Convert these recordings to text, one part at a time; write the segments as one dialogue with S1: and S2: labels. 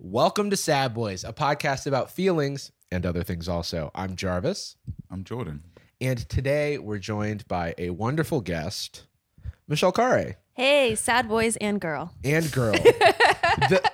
S1: Welcome to Sad Boys, a podcast about feelings and other things also. I'm Jarvis,
S2: I'm Jordan.
S1: and today we're joined by a wonderful guest, Michelle Carre
S3: Hey, sad boys and girl.
S1: and girl. The-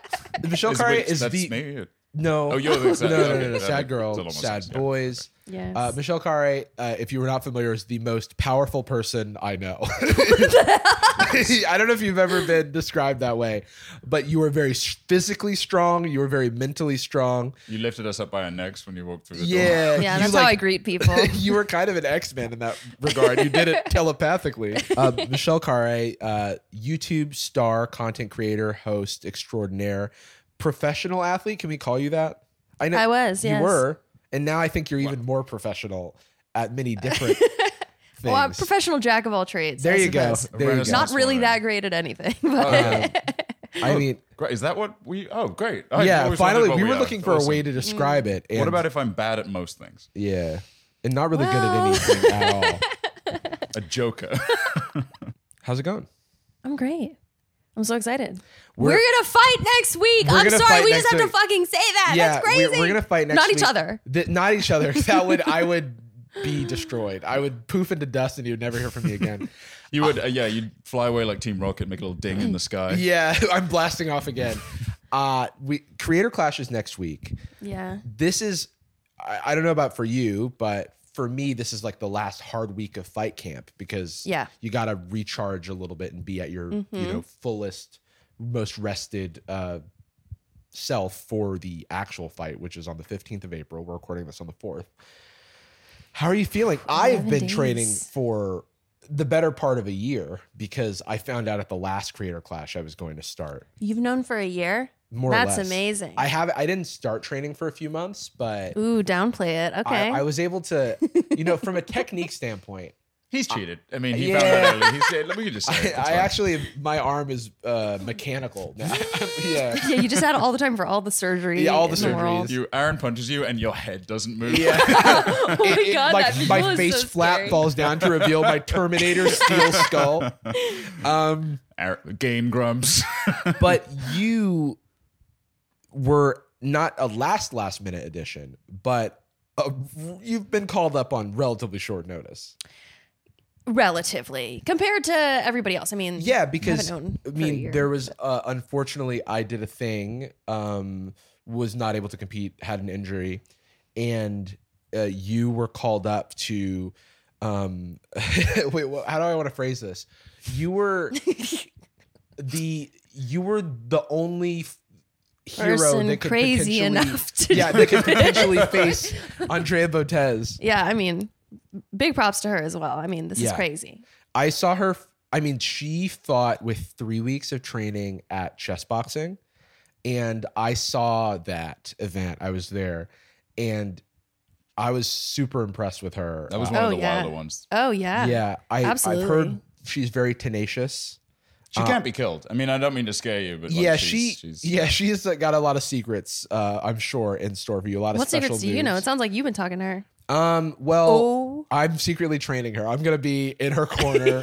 S1: Michelle
S2: Is
S1: Carre
S2: which-
S1: is
S2: that's
S1: the
S2: me.
S1: no.
S2: Oh, you're
S1: no,
S2: the-
S1: no, no,
S2: okay,
S1: no,
S2: that
S1: sad
S2: makes- it's a
S1: girl,
S2: lot more
S1: sad
S2: sense, yeah.
S1: boys.
S3: Yes.
S1: Uh, Michelle Carre, uh, if you were not familiar, is the most powerful person I know. I don't know if you've ever been described that way, but you were very s- physically strong. You were very mentally strong.
S2: You lifted us up by our necks when you walked through the door.
S1: Yeah,
S3: yeah,
S1: you,
S3: that's how I
S1: like,
S3: greet people.
S1: you were kind of an X Men in that regard. You did it telepathically. Uh, Michelle Carre, uh, YouTube star, content creator, host extraordinaire, professional athlete. Can we call you that? know
S3: I was,
S1: you
S3: yes.
S1: were, and now I think you're even more professional at many different things.
S3: Well, I'm a professional jack of all trades.
S1: there
S3: I
S1: you go.
S3: suppose.
S1: There you go. Um,
S3: Not
S2: That's
S3: really
S2: fine.
S3: that great at anything,
S2: Oh, yeah.
S3: but
S1: I mean,
S2: Oh, Great. Is that what we? Oh, great. I
S1: yeah.
S2: always
S1: Finally,
S2: wondered what
S1: we were
S2: are.
S1: looking for a
S2: Awesome.
S1: way to describe it. And,
S2: What about if I'm bad at most things?
S1: Yeah, and not really
S3: Well.
S1: good at anything at all.
S2: A joker.
S1: How's it going?
S3: I'm great. I'm so excited. We're,
S1: We're-
S3: gonna fight next week.
S1: We're
S3: I'm
S1: gonna
S3: sorry,
S1: fight
S3: we just
S1: next
S3: have
S1: week.
S3: to fucking say that. That's
S1: we-
S3: crazy.
S1: We're, gonna fight next.
S3: Not each
S1: week.
S3: other.
S1: Th- not each other. That would I would be destroyed. I would poof into dust, and you would never hear from me again.
S2: You would, uh, yeah, you'd fly away like Team Rocket, make a little ding in the sky.
S1: yeah, I'm blasting off again. Uh, we creator clashes next week.
S3: Yeah.
S1: This is I, I don't know about for you, but for me, this is like the last hard week of fight camp because
S3: Yeah. Mm-hmm.
S1: you got to recharge a little bit and be at your you know fullest, most rested uh, self for the actual fight, which is on the 15th of April. We're recording this on the 4th. How are you feeling? I've
S3: 11
S1: been training
S3: days.
S1: for the better part of a year because I found out at the last creator clash I was going to start.
S3: You've known for a year?
S1: More or
S3: That's
S1: less.
S3: amazing.
S1: I have I didn't start training for a few months, but
S3: Ooh, downplay it. Okay.
S1: I, I was able to, you know, from a technique standpoint,
S2: He's cheated. I mean, he
S1: Yeah.
S2: found out early. He said, let me just say,
S1: I,
S2: it. It's
S1: I
S2: fine.
S1: actually my arm is uh, mechanical. now.
S3: Oh
S1: yeah,
S3: yeah, you just had all the time for all the surgery.
S1: Yeah, all the
S3: in
S1: surgeries.
S3: world.
S2: you, Aaron punches you and your head doesn't move.
S3: oh my
S1: It- it-
S3: god,
S1: like
S3: that visual
S1: my
S3: is
S1: face
S3: so
S1: flap
S3: scary.
S1: falls down to reveal my Terminator steel skull. Um,
S2: Aaron, game grumps.
S1: but you were not a last last minute addition, but uh you've been called up on relatively short notice.
S3: Relatively. Compared to everybody else. I mean,
S1: Yeah, because
S3: known
S1: I
S3: for a
S1: mean,
S3: year,
S1: there was uh, unfortunately I did a thing, um, was not able to compete, had an injury, and uh, you were called up to. Um, wait, wha- how do I want to phrase this? You were the you were the only f- hero
S3: Person
S1: that could
S3: crazy
S1: potentially-
S3: enough to
S1: yeah that could
S3: do it.
S1: potentially face Andrea Botez.
S3: Yeah, I mean, big props to her as well. I mean, this is
S1: Yeah.
S3: crazy.
S1: I saw her. I mean, she fought with three weeks of training at chess boxing, and I saw that event. I was there, and I was super impressed with her.
S2: That was
S1: Uh,
S2: one of
S3: Oh,
S2: the
S3: yeah.
S2: wilder ones.
S3: Oh yeah.
S1: yeah. I, I've heard
S3: absolutely.
S1: she's very tenacious.
S2: She
S1: Uh,
S2: can't be killed. I mean, I don't mean to scare you, but like,
S1: yeah,
S2: she's,
S1: she.
S2: she's,
S1: yeah, she's uh, got a lot of secrets. Uh, I'm sure in store for you. A lot of
S3: What
S1: special
S3: secrets do you know? It
S1: moves.
S3: sounds like you've been talking to her.
S1: um. Well,
S3: Oh.
S1: I'm secretly training her. I'm gonna be in her corner.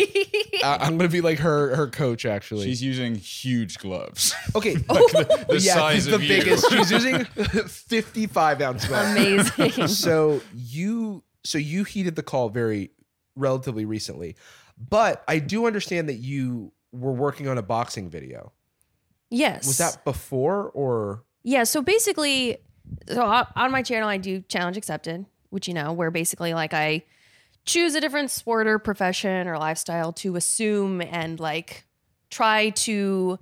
S1: I- I'm gonna be like her her coach. Actually,
S2: she's using huge gloves.
S1: okay.
S3: Oh,
S2: the
S1: yeah,
S2: size
S1: the
S2: of you.
S1: biggest. She's using 55 ounce gloves.
S3: Amazing.
S1: So you, so you heeded the call very relatively recently, but I do understand that you were working on a boxing video.
S3: yes.
S1: Was that before or?
S3: Yeah. So basically, so on on my channel, I do challenge accepted, which you know, where basically like I choose a different sport or profession or lifestyle to assume and like try to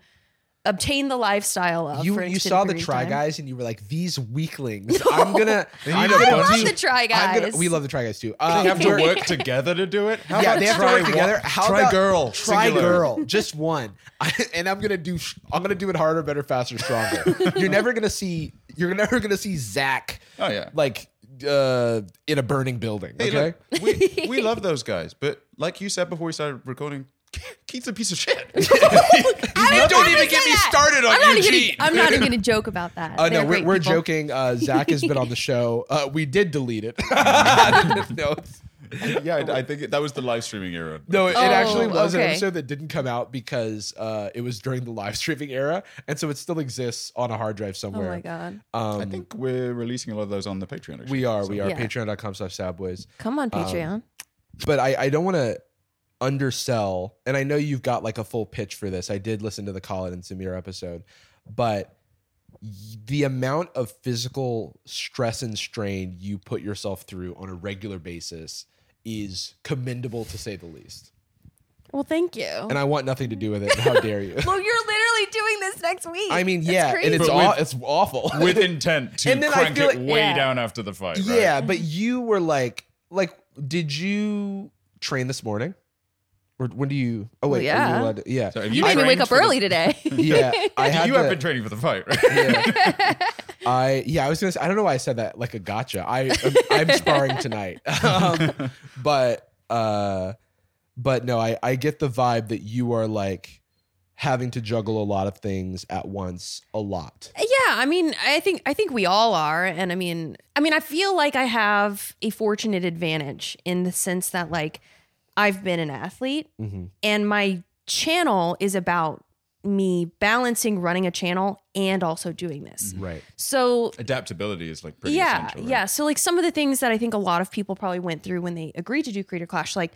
S3: obtain the lifestyle of.
S1: you
S3: Uh, for an
S1: you
S3: extended
S1: saw the
S3: period of
S1: try
S3: time.
S1: guys and you were like these weaklings. I'm gonna.
S2: They
S1: I'm
S2: need a
S1: gonna
S2: bunch
S3: I
S1: do-
S3: love the try guys.
S1: I'm gonna, we love the try guys too. Uh,
S2: they have to
S1: we're-
S2: work together to do it. How
S1: yeah,
S2: about
S1: they have to
S2: try
S1: work
S2: one-
S1: together. How
S2: try
S1: about
S2: girl.
S1: Try
S2: singular.
S1: girl, just one. I, and I'm gonna do. I'm gonna do it harder, better, faster, stronger. you're never gonna see. You're never gonna see Zach
S2: Oh yeah.
S1: like uh, in a burning building.
S2: Hey,
S1: okay.
S2: look, we, we love those guys, but like you said before we started recording, Keith's a piece of shit.
S1: Oh,
S3: I
S1: Don't
S3: wanna
S1: even
S3: say
S1: get me
S3: that.
S1: started on
S3: I'm not even
S1: Eugene.
S3: gonna- I'm not even going to joke about that.
S1: Uh,
S3: They're
S1: no, we're,
S3: great
S1: we're
S3: people.
S1: joking. Uh, Zach has been on the show. Uh, we did delete it. no, it's-
S2: yeah, I, I think it, that was the live streaming era.
S1: No, it, it actually
S3: Oh,
S1: was an
S3: okay.
S1: episode that didn't come out because uh, it was during the live streaming era, and so it still exists on a hard drive
S3: Oh
S1: somewhere.
S3: my god.
S1: Um,
S2: I think we're releasing a lot of those on the Patreon. Actually.
S1: we are. We are
S3: Yeah.
S1: patreon.com slash sadboys.
S3: Come
S1: um,
S3: on, Patreon.
S1: But I, I don't want to undersell, and I know you've got like a full pitch for this. I did listen to the Colin and Samir episode, but y- the amount of physical stress and strain you put yourself through on a regular basis is commendable to say the least.
S3: well, thank you.
S1: And I want nothing to do with it. How dare you?
S3: well, you're literally doing this next week.
S1: I mean,
S3: That's
S1: yeah, and
S3: crazy.
S1: it's
S2: But
S1: aw-
S2: with-
S1: it's awful.
S2: with intent to
S1: And then I
S2: crank
S1: feel
S2: it
S1: like-
S2: way
S3: Yeah.
S2: down after the fight. Right?
S1: yeah, but you were like, like, did you train this morning? Or when do you? Oh
S3: Well,
S1: wait, are
S3: yeah.
S1: you allowed to, yeah,
S2: So have
S3: you made me wake
S2: trained
S3: up
S2: for the-
S3: early today.
S1: yeah. I had
S2: you
S1: to-
S2: have been training for the fight, right?
S1: Yeah. I yeah, I was gonna. Say, I don't know why I said that like a gotcha. I um, I'm, I'm sparring tonight, um, but uh, but no, I I get the vibe that you are like having to juggle a lot of things at once, a lot.
S3: Yeah, I mean, I think I think we all are, and I mean, I mean, I feel like I have a fortunate advantage in the sense that like I've been an athlete,
S1: hmm
S3: and my channel is about me balancing running a channel and also doing this.
S1: Right.
S3: So
S2: Adaptability is like pretty
S3: yeah,
S2: essential. right?
S3: yeah. So like some of the things that I think a lot of people probably went through when they agreed to do Creator Clash, like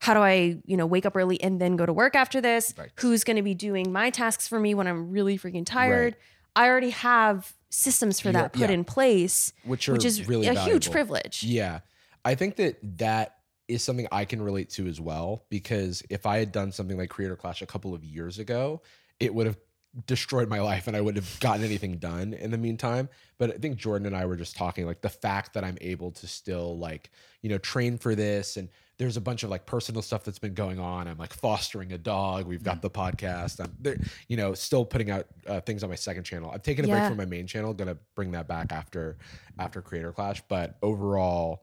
S3: how do I, you know, wake up early and then go to work after this?
S2: Right.
S3: Who's going to be doing my tasks for me when I'm really freaking tired? I already have systems for
S1: You are-
S3: that put
S1: yeah.
S3: in place,
S1: Which are
S3: which is
S1: really
S3: a huge
S1: valuable.
S3: privilege.
S1: Yeah. I think that that is something I can relate to as well because if I had done something like Creator Clash a couple of years ago, it would have destroyed my life and I wouldn't have gotten anything done in the meantime. But I think Jordan and I were just talking like the fact that I'm able to still like, you know, train for this and there's a bunch of like personal stuff that's been going on. I'm like fostering a dog. We've got the podcast. I'm, there- you know, still putting out uh, things on my second channel. I've taken a break
S3: Yeah.
S1: from my main channel. Gonna bring that back after after Creator Clash. But overall,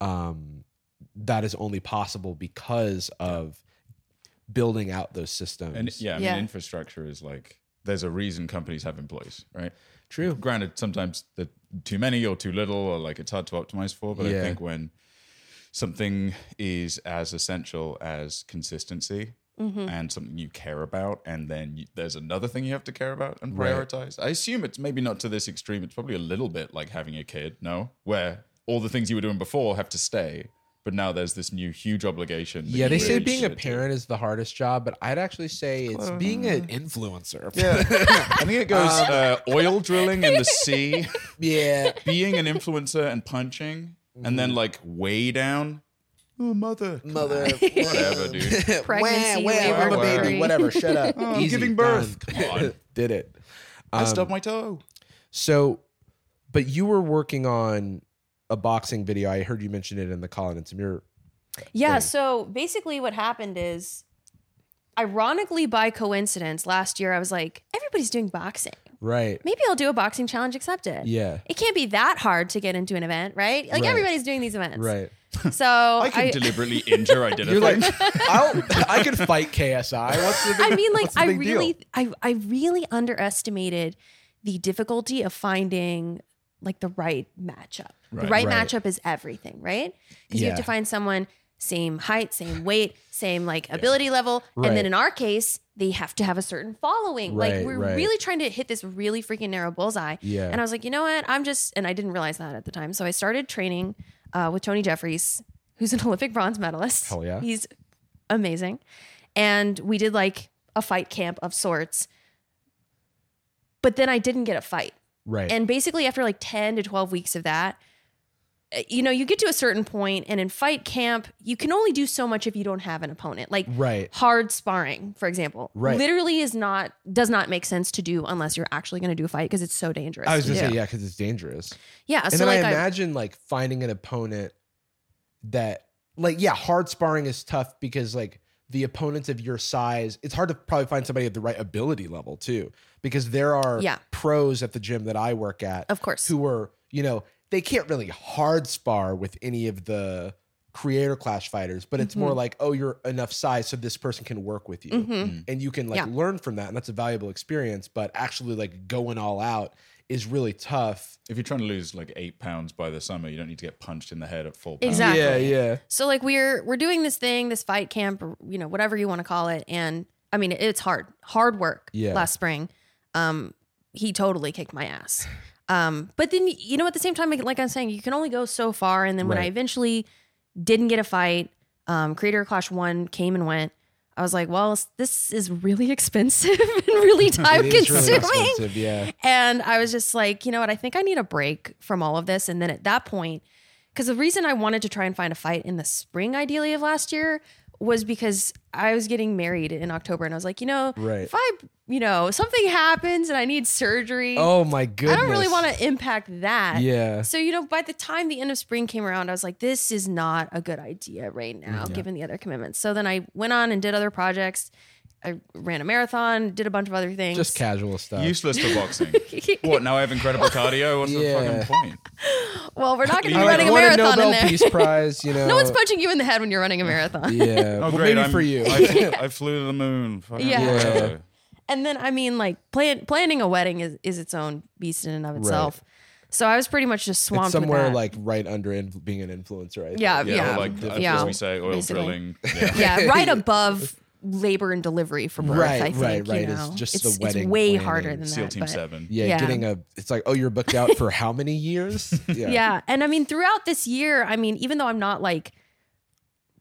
S1: um, that is only possible because of building out those systems.
S2: And yeah, I
S3: Yeah.
S2: mean, infrastructure is like there's a reason companies have employees, right?
S1: true.
S2: Granted, sometimes they're too many or too little, or like it's hard to optimize for. But
S1: Yeah.
S2: I think when something is as essential as consistency
S3: Mm-hmm. Mm.
S2: and something you care about, and then you, there's another thing you have to care about and
S1: Right.
S2: prioritize. I assume it's maybe not to this extreme. It's probably a little bit like having a kid, no, where all the things you were doing before have to stay. But now there's this new huge obligation. that
S1: Yeah,
S2: you
S1: they say
S2: really
S1: being a
S2: should do.
S1: parent is the hardest job, but I'd actually say it's being an
S2: Mm-hmm.
S1: influencer.
S2: Yeah, I think it goes
S3: Um,
S2: uh, oil drilling in the sea,
S1: yeah.
S2: being an influencer and punching, and
S3: Mm-hmm.
S2: then like way down. Oh, mother,
S1: Mother,
S2: whatever, dude.
S3: Pregnancy, labor,
S1: I'm a baby,
S3: delivery.
S1: whatever. Shut up.
S2: Oh, I'm
S1: Easy,
S2: giving birth.
S1: done.
S2: Come on.
S1: Did it.
S2: I
S3: Um,
S2: stubbed my toe.
S1: So, but you were working on a boxing video. I heard you mention it in the Colin and Samir.
S3: Yeah. So basically, what happened is, ironically, by coincidence, last year I was like, everybody's doing boxing.
S1: Right.
S3: Maybe I'll do a boxing challenge accepted.
S1: Yeah.
S3: It can't be that hard to get into an event, right? Like
S1: Right.
S3: everybody's doing these events.
S1: Right.
S3: So
S2: I can
S3: oh, I,
S2: deliberately injure
S1: You're
S2: identifying.
S1: like, I'll, I could fight KSI. What's the big,
S3: I mean, like
S1: what's the
S3: I
S1: big deal?
S3: really, I, I really underestimated the difficulty of finding like the right matchup. The
S2: Right.
S3: right,
S1: Right.
S3: matchup is everything, right? Because you have to
S1: Yeah.
S3: find someone same height, same weight, same like ability level,
S1: Right.
S3: and then in our case, they have to have a certain following.
S1: Right,
S3: like we're
S1: right.
S3: really trying to hit this really freaking narrow bullseye.
S1: Yeah.
S3: And I was like, you know what? I'm just, and I didn't realize that at the time. So I started training uh, with Tony Jeffries, who's an Olympic bronze medalist.
S1: Hell yeah.
S3: He's amazing. And we did like a fight camp of sorts. But then I didn't get a fight.
S1: right.
S3: And basically, after like 10 to 12 weeks of that, uh, you know, you get to a certain point, and in fight camp, you can only do so much if you don't have an opponent. Like,
S1: right.
S3: hard sparring, for example,
S1: Right.
S3: literally is not does not make sense to do unless you're actually going to do a fight because it's so dangerous.
S1: I was gonna
S2: Yeah.
S1: say yeah, because it's dangerous.
S3: yeah,
S1: And
S3: so
S1: then
S3: like
S1: I
S3: I,
S1: imagine like finding an opponent that like yeah, hard sparring is tough because like the opponents of your size, it's hard to probably find somebody of the right ability level too. Because there are
S3: Yeah.
S1: pros at the gym that I work at
S3: of course,
S1: who are, you know, they can't really hard spar with any of the creator clash fighters, but it's
S3: Mm-hmm.
S1: more like, oh, you're enough size so this person can work with you.
S3: Mhm.
S1: And you can like
S3: Yeah.
S1: learn from that. And that's a valuable experience. But actually like going all out is really tough.
S2: If you're trying to lose like eight pounds by the summer, you don't need to get punched in the head at full pound.
S3: Exactly.
S1: Yeah, yeah.
S3: So like we're we're doing this thing, this fight camp, or, you know, whatever you want to call it, and I mean it's hard, hard work.
S1: Yeah.
S3: Last spring, um, he totally kicked my ass. Um, but then you know, at the same time, like, like I'm saying, you can only go so far. And then when I
S1: Right.
S3: eventually didn't get a fight, um, Creator Clash One came and went. I was like, well, this is really expensive and really time
S1: It is really
S3: consuming.
S1: expensive, yeah.
S3: And I was just like, you know what? I think I need a break from all of this. And then at that point, because the reason I wanted to try and find a fight in the spring, ideally, of last year was because I was getting married in October. And I was like, you know,
S1: Right.
S3: if I, you know, something happens and I need surgery,
S1: Oh my goodness.
S3: I don't really want to impact that.
S1: Yeah.
S3: So, you know, by the time the end of spring came around, I was like, this is not a good idea right now, given the other commitments. So then I went on and did other projects. I ran a marathon, did a bunch of other things.
S1: Just casual stuff.
S2: Uh, Useless for boxing. what? Now I have incredible cardio. What's the
S1: Yeah.
S2: fucking point?
S3: well, we're not going to
S2: I
S3: be
S2: like,
S3: running a
S1: won
S3: marathon
S1: Nobel
S3: in there.
S1: Peace Prize, you know.
S3: No one's punching you in the head when you're running a marathon.
S1: Yeah.
S2: Oh,
S1: well,
S2: great!
S1: maybe
S2: I'm-
S1: for you.
S2: I flew, I flew to the moon. Fucking
S3: Yeah.
S1: Yeah.
S3: And then, I mean, like plan- planning a wedding is, is its own beast in and of itself. So I was pretty much just swamped
S1: it's somewhere
S3: with that.
S1: like right under in, being an influencer, I think.
S3: yeah,
S2: Yeah,
S3: yeah,
S2: or
S3: yeah,
S2: like uh,
S3: yeah.
S2: as we say, oil
S3: Basically.
S2: drilling. Yeah.
S3: right above labor and delivery for birth.
S1: Right,
S3: I think,
S1: right,
S3: you
S1: right. It's
S3: know?
S1: just the wedding
S3: It's way
S1: planning.
S3: harder than
S2: SEAL
S3: that.
S2: Team
S3: but-
S2: Seven.
S1: Yeah,
S3: Yeah.
S1: getting a it's like, oh, you're booked out for how many years?
S3: Yeah. and I mean, throughout this year, I mean, even though I'm not like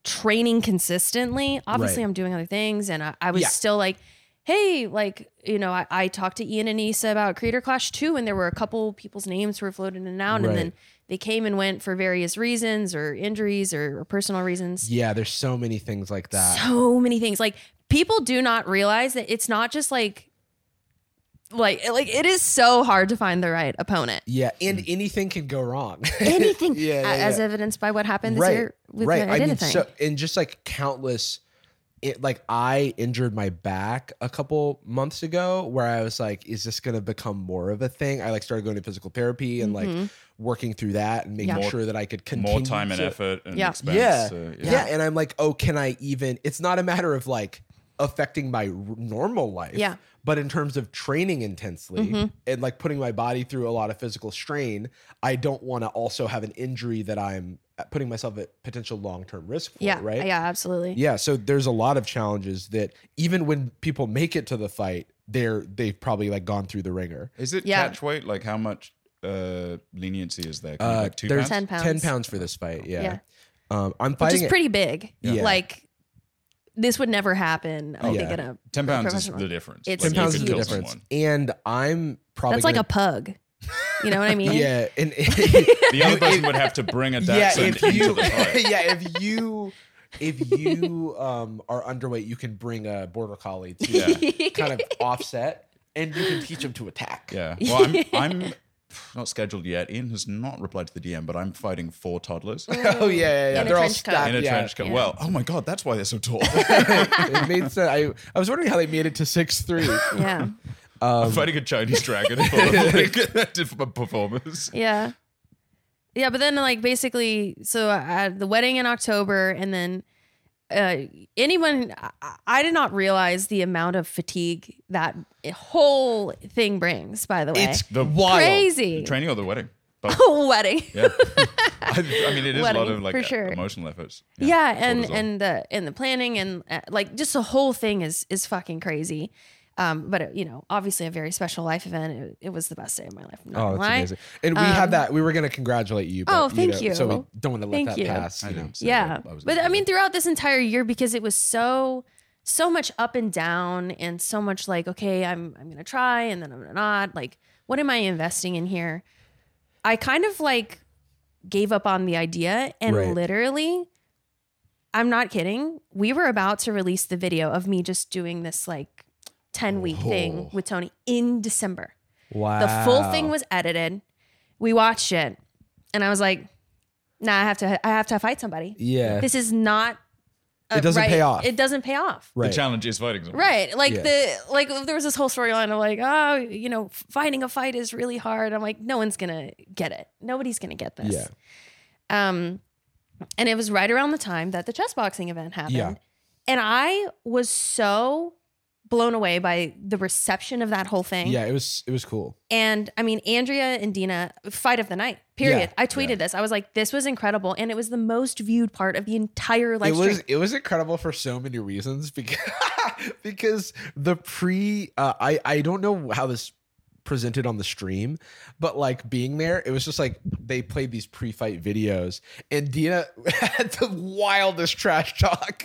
S3: training consistently, obviously
S1: Right.
S3: I'm doing other things, and I, I was
S1: Yeah.
S3: still like, hey, like you know, I, I talked to Ian and Issa about Creator Clash two, and there were a couple people's names who were floated in and out,
S1: Right.
S3: and then they came and went for various reasons or injuries or, or personal reasons.
S1: Yeah, there's so many things like that.
S3: so many things. Like people do not realize that it's not just like like like it is so hard to find the right opponent.
S1: yeah,
S3: Mm.
S1: and anything can go wrong.
S3: Anything
S1: Yeah,
S3: a-
S1: yeah,
S3: as
S1: yeah.
S3: evidenced by what happened this
S1: right,
S3: year with
S1: right.
S3: the
S1: I
S3: identity
S1: mean,
S3: thing.
S1: so and just like countless, it like I injured my back a couple months ago, where I was like, is this gonna become more of a thing? I like started going to physical therapy and like
S3: Mhm.
S1: working through that and making
S3: Yeah.
S2: More-
S1: sure that I could continue
S2: More time and
S1: to-
S2: effort and
S3: uh, Yeah.
S2: expense. uh,
S1: Yeah.
S2: so,
S1: yeah. and i'm like oh can i even it's not a matter of like affecting my r- normal life
S3: Yeah. Mm-hmm.
S1: but in terms of training intensely and like putting my body through a lot of physical strain i don't want to also have an injury that i'm putting myself at potential long-term risk for
S3: yeah,
S1: right
S3: yeah, absolutely.
S1: yeah so there's a lot of challenges that even when people make it to the fight they're they've probably like gone through the ringer
S2: Is it
S3: Yeah.
S2: catch weight? Like how much uh, leniency is there? Can
S1: Uh,
S2: like two
S1: there's
S2: pounds?
S3: 10 pounds.
S1: 10 pounds for this fight yeah,
S3: Yeah.
S1: um i'm
S3: Which
S1: fighting
S3: is
S1: it-
S3: pretty big.
S1: Yeah. Oh,
S3: Like this would never happen. I
S1: Yeah.
S3: think in a
S2: Ten pounds is
S3: professional-
S2: the difference.
S3: It's
S1: Ten
S3: you
S1: pounds
S3: could
S1: is the
S3: kill
S1: difference, and I'm probably
S3: that's like
S1: gonna-
S3: a pug. You know what I mean?
S1: Yeah, and
S2: The other person would have to bring a
S1: yeah,
S2: Datsun
S1: if
S2: into
S1: you
S2: the fight.
S1: yeah, if you if you um are underweight, you can bring a border collie to kind of offset, and you can teach them to attack.
S2: Yeah. Well, I'm, I'm not scheduled yet. Ian has not replied to the DM, but I'm fighting four toddlers in
S1: Oh yeah, yeah, yeah.
S3: In a
S1: they're all
S3: trench coat.
S1: stacked.
S2: a
S1: yeah.
S2: trench coat.
S3: Yeah.
S2: Well, oh my god, that's why they're so tall.
S1: it made sense. I I was wondering how they made it to six three.
S3: Yeah.
S2: I'm fighting a Chinese dragon for like, different performers.
S3: Yeah. Yeah, but then like basically, so I had the wedding in October, and then uh, anyone, I, I did not realize the amount of fatigue that whole thing brings. By the way,
S1: It's
S2: The
S1: wild.
S3: crazy
S2: Training or the wedding? Both.
S3: wedding. Yeah,
S2: Yeah. I, I mean, it is a lot
S3: Wedding,
S2: of like
S3: for sure.
S2: emotional efforts.
S3: and
S2: cortisol.
S3: and the and the planning and uh, like just the whole thing is is fucking crazy. Um, but it, you know, obviously a very special life event. It, it was the best day of my life. I'm not
S1: Oh,
S3: gonna
S1: that's
S3: lie.
S1: amazing. And we had that. We were gonna congratulate you. But,
S3: Um, Oh, thank
S1: know, So we
S3: you.
S1: don't want to let
S3: Thank
S1: that
S3: you.
S1: pass. You
S2: I
S1: know.
S2: know. So
S3: yeah
S2: I was
S3: but
S2: like,
S3: i mean throughout this entire year because it was so so much up and down and so much like okay i'm i'm gonna try and then i'm gonna not like what am i investing in here i kind of like gave up on the idea and
S1: Right.
S3: literally i'm not kidding we were about to release the video of me just doing this like 10 week thing
S2: Oh.
S3: with tony in december
S1: Wow.
S3: the full thing was edited we watched it and i was like nah i have to i have to fight somebody
S1: Yeah.
S3: this is not a
S1: Eh. It doesn't
S3: right-
S1: pay off.
S3: it doesn't pay off
S2: the
S1: right.
S2: challenge is fighting someone.
S3: right like
S1: Yeah.
S3: the like there was this whole storyline of like oh you know f- fighting a fight is really hard i'm like no one's gonna get it nobody's gonna get this
S1: Yeah.
S3: um and it was right around the time that the chess boxing event happened
S1: Yeah.
S3: and i was so blown away by the reception of that whole thing.
S1: Yeah, it was it was cool.
S3: And I mean, Andrea and Dina, fight of the night, period.
S1: Yeah,
S3: I tweeted this. I was like, this was incredible. And it was the most viewed part of the entire live
S1: it
S3: stream.
S1: was it was incredible for so many reasons because because the pre uh, I I don't know how this presented on the stream but like being there it was just like they played these pre-fight videos and Dina had the wildest trash talk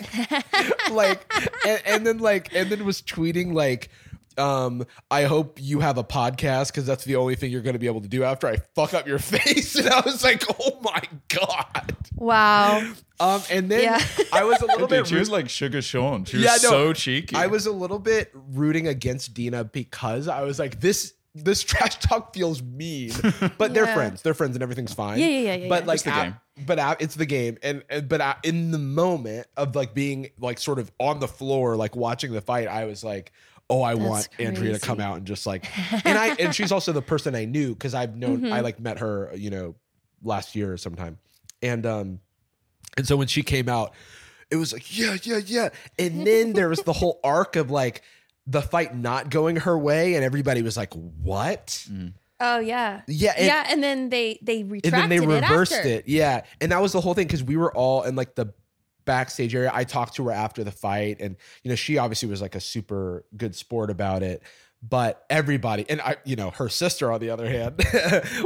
S1: like and, and then like and then was tweeting like um i hope you have a podcast because that's the only thing you're going to be able to do after i fuck up your face and i was like oh my god
S3: wow.
S1: um, and then
S3: Yeah.
S1: I was a little
S2: Dude,
S1: bit.
S2: she was like Sugar Sean. She was
S1: Yeah, no,
S2: so cheeky.
S1: I was a little bit rooting against Dina because I was like, this this trash talk feels mean, but they're
S3: Yeah.
S1: friends. They're friends, and everything's fine.
S3: Yeah, yeah, yeah, yeah,
S1: But
S3: yeah.
S1: like,
S2: It's the
S1: a-
S2: game.
S1: but a- it's the game, and, and but a- in the moment of like being like sort of on the floor, like watching the fight, I was like. Oh, I want Andrea to
S3: crazy.
S1: come out and just like, and I and she's also the person I knew because I've known I
S3: Mm-hmm.
S1: like met her, you know, last year or sometime, and um, and so when she came out, it was like, yeah, yeah, yeah. And then there was the whole arc of like the fight not going her way, and everybody was like, what?
S3: Oh, yeah.
S1: Yeah. And,
S3: yeah. And then they, they
S1: and then
S3: retracted
S1: they reversed
S3: it.
S1: it,
S3: after.
S1: Yeah. And that was the whole thing because we were all in like the backstage area. I talked to her after the fight, and, you know, she obviously was like a super good sport about it. But everybody, and I, you know, her sister on the other hand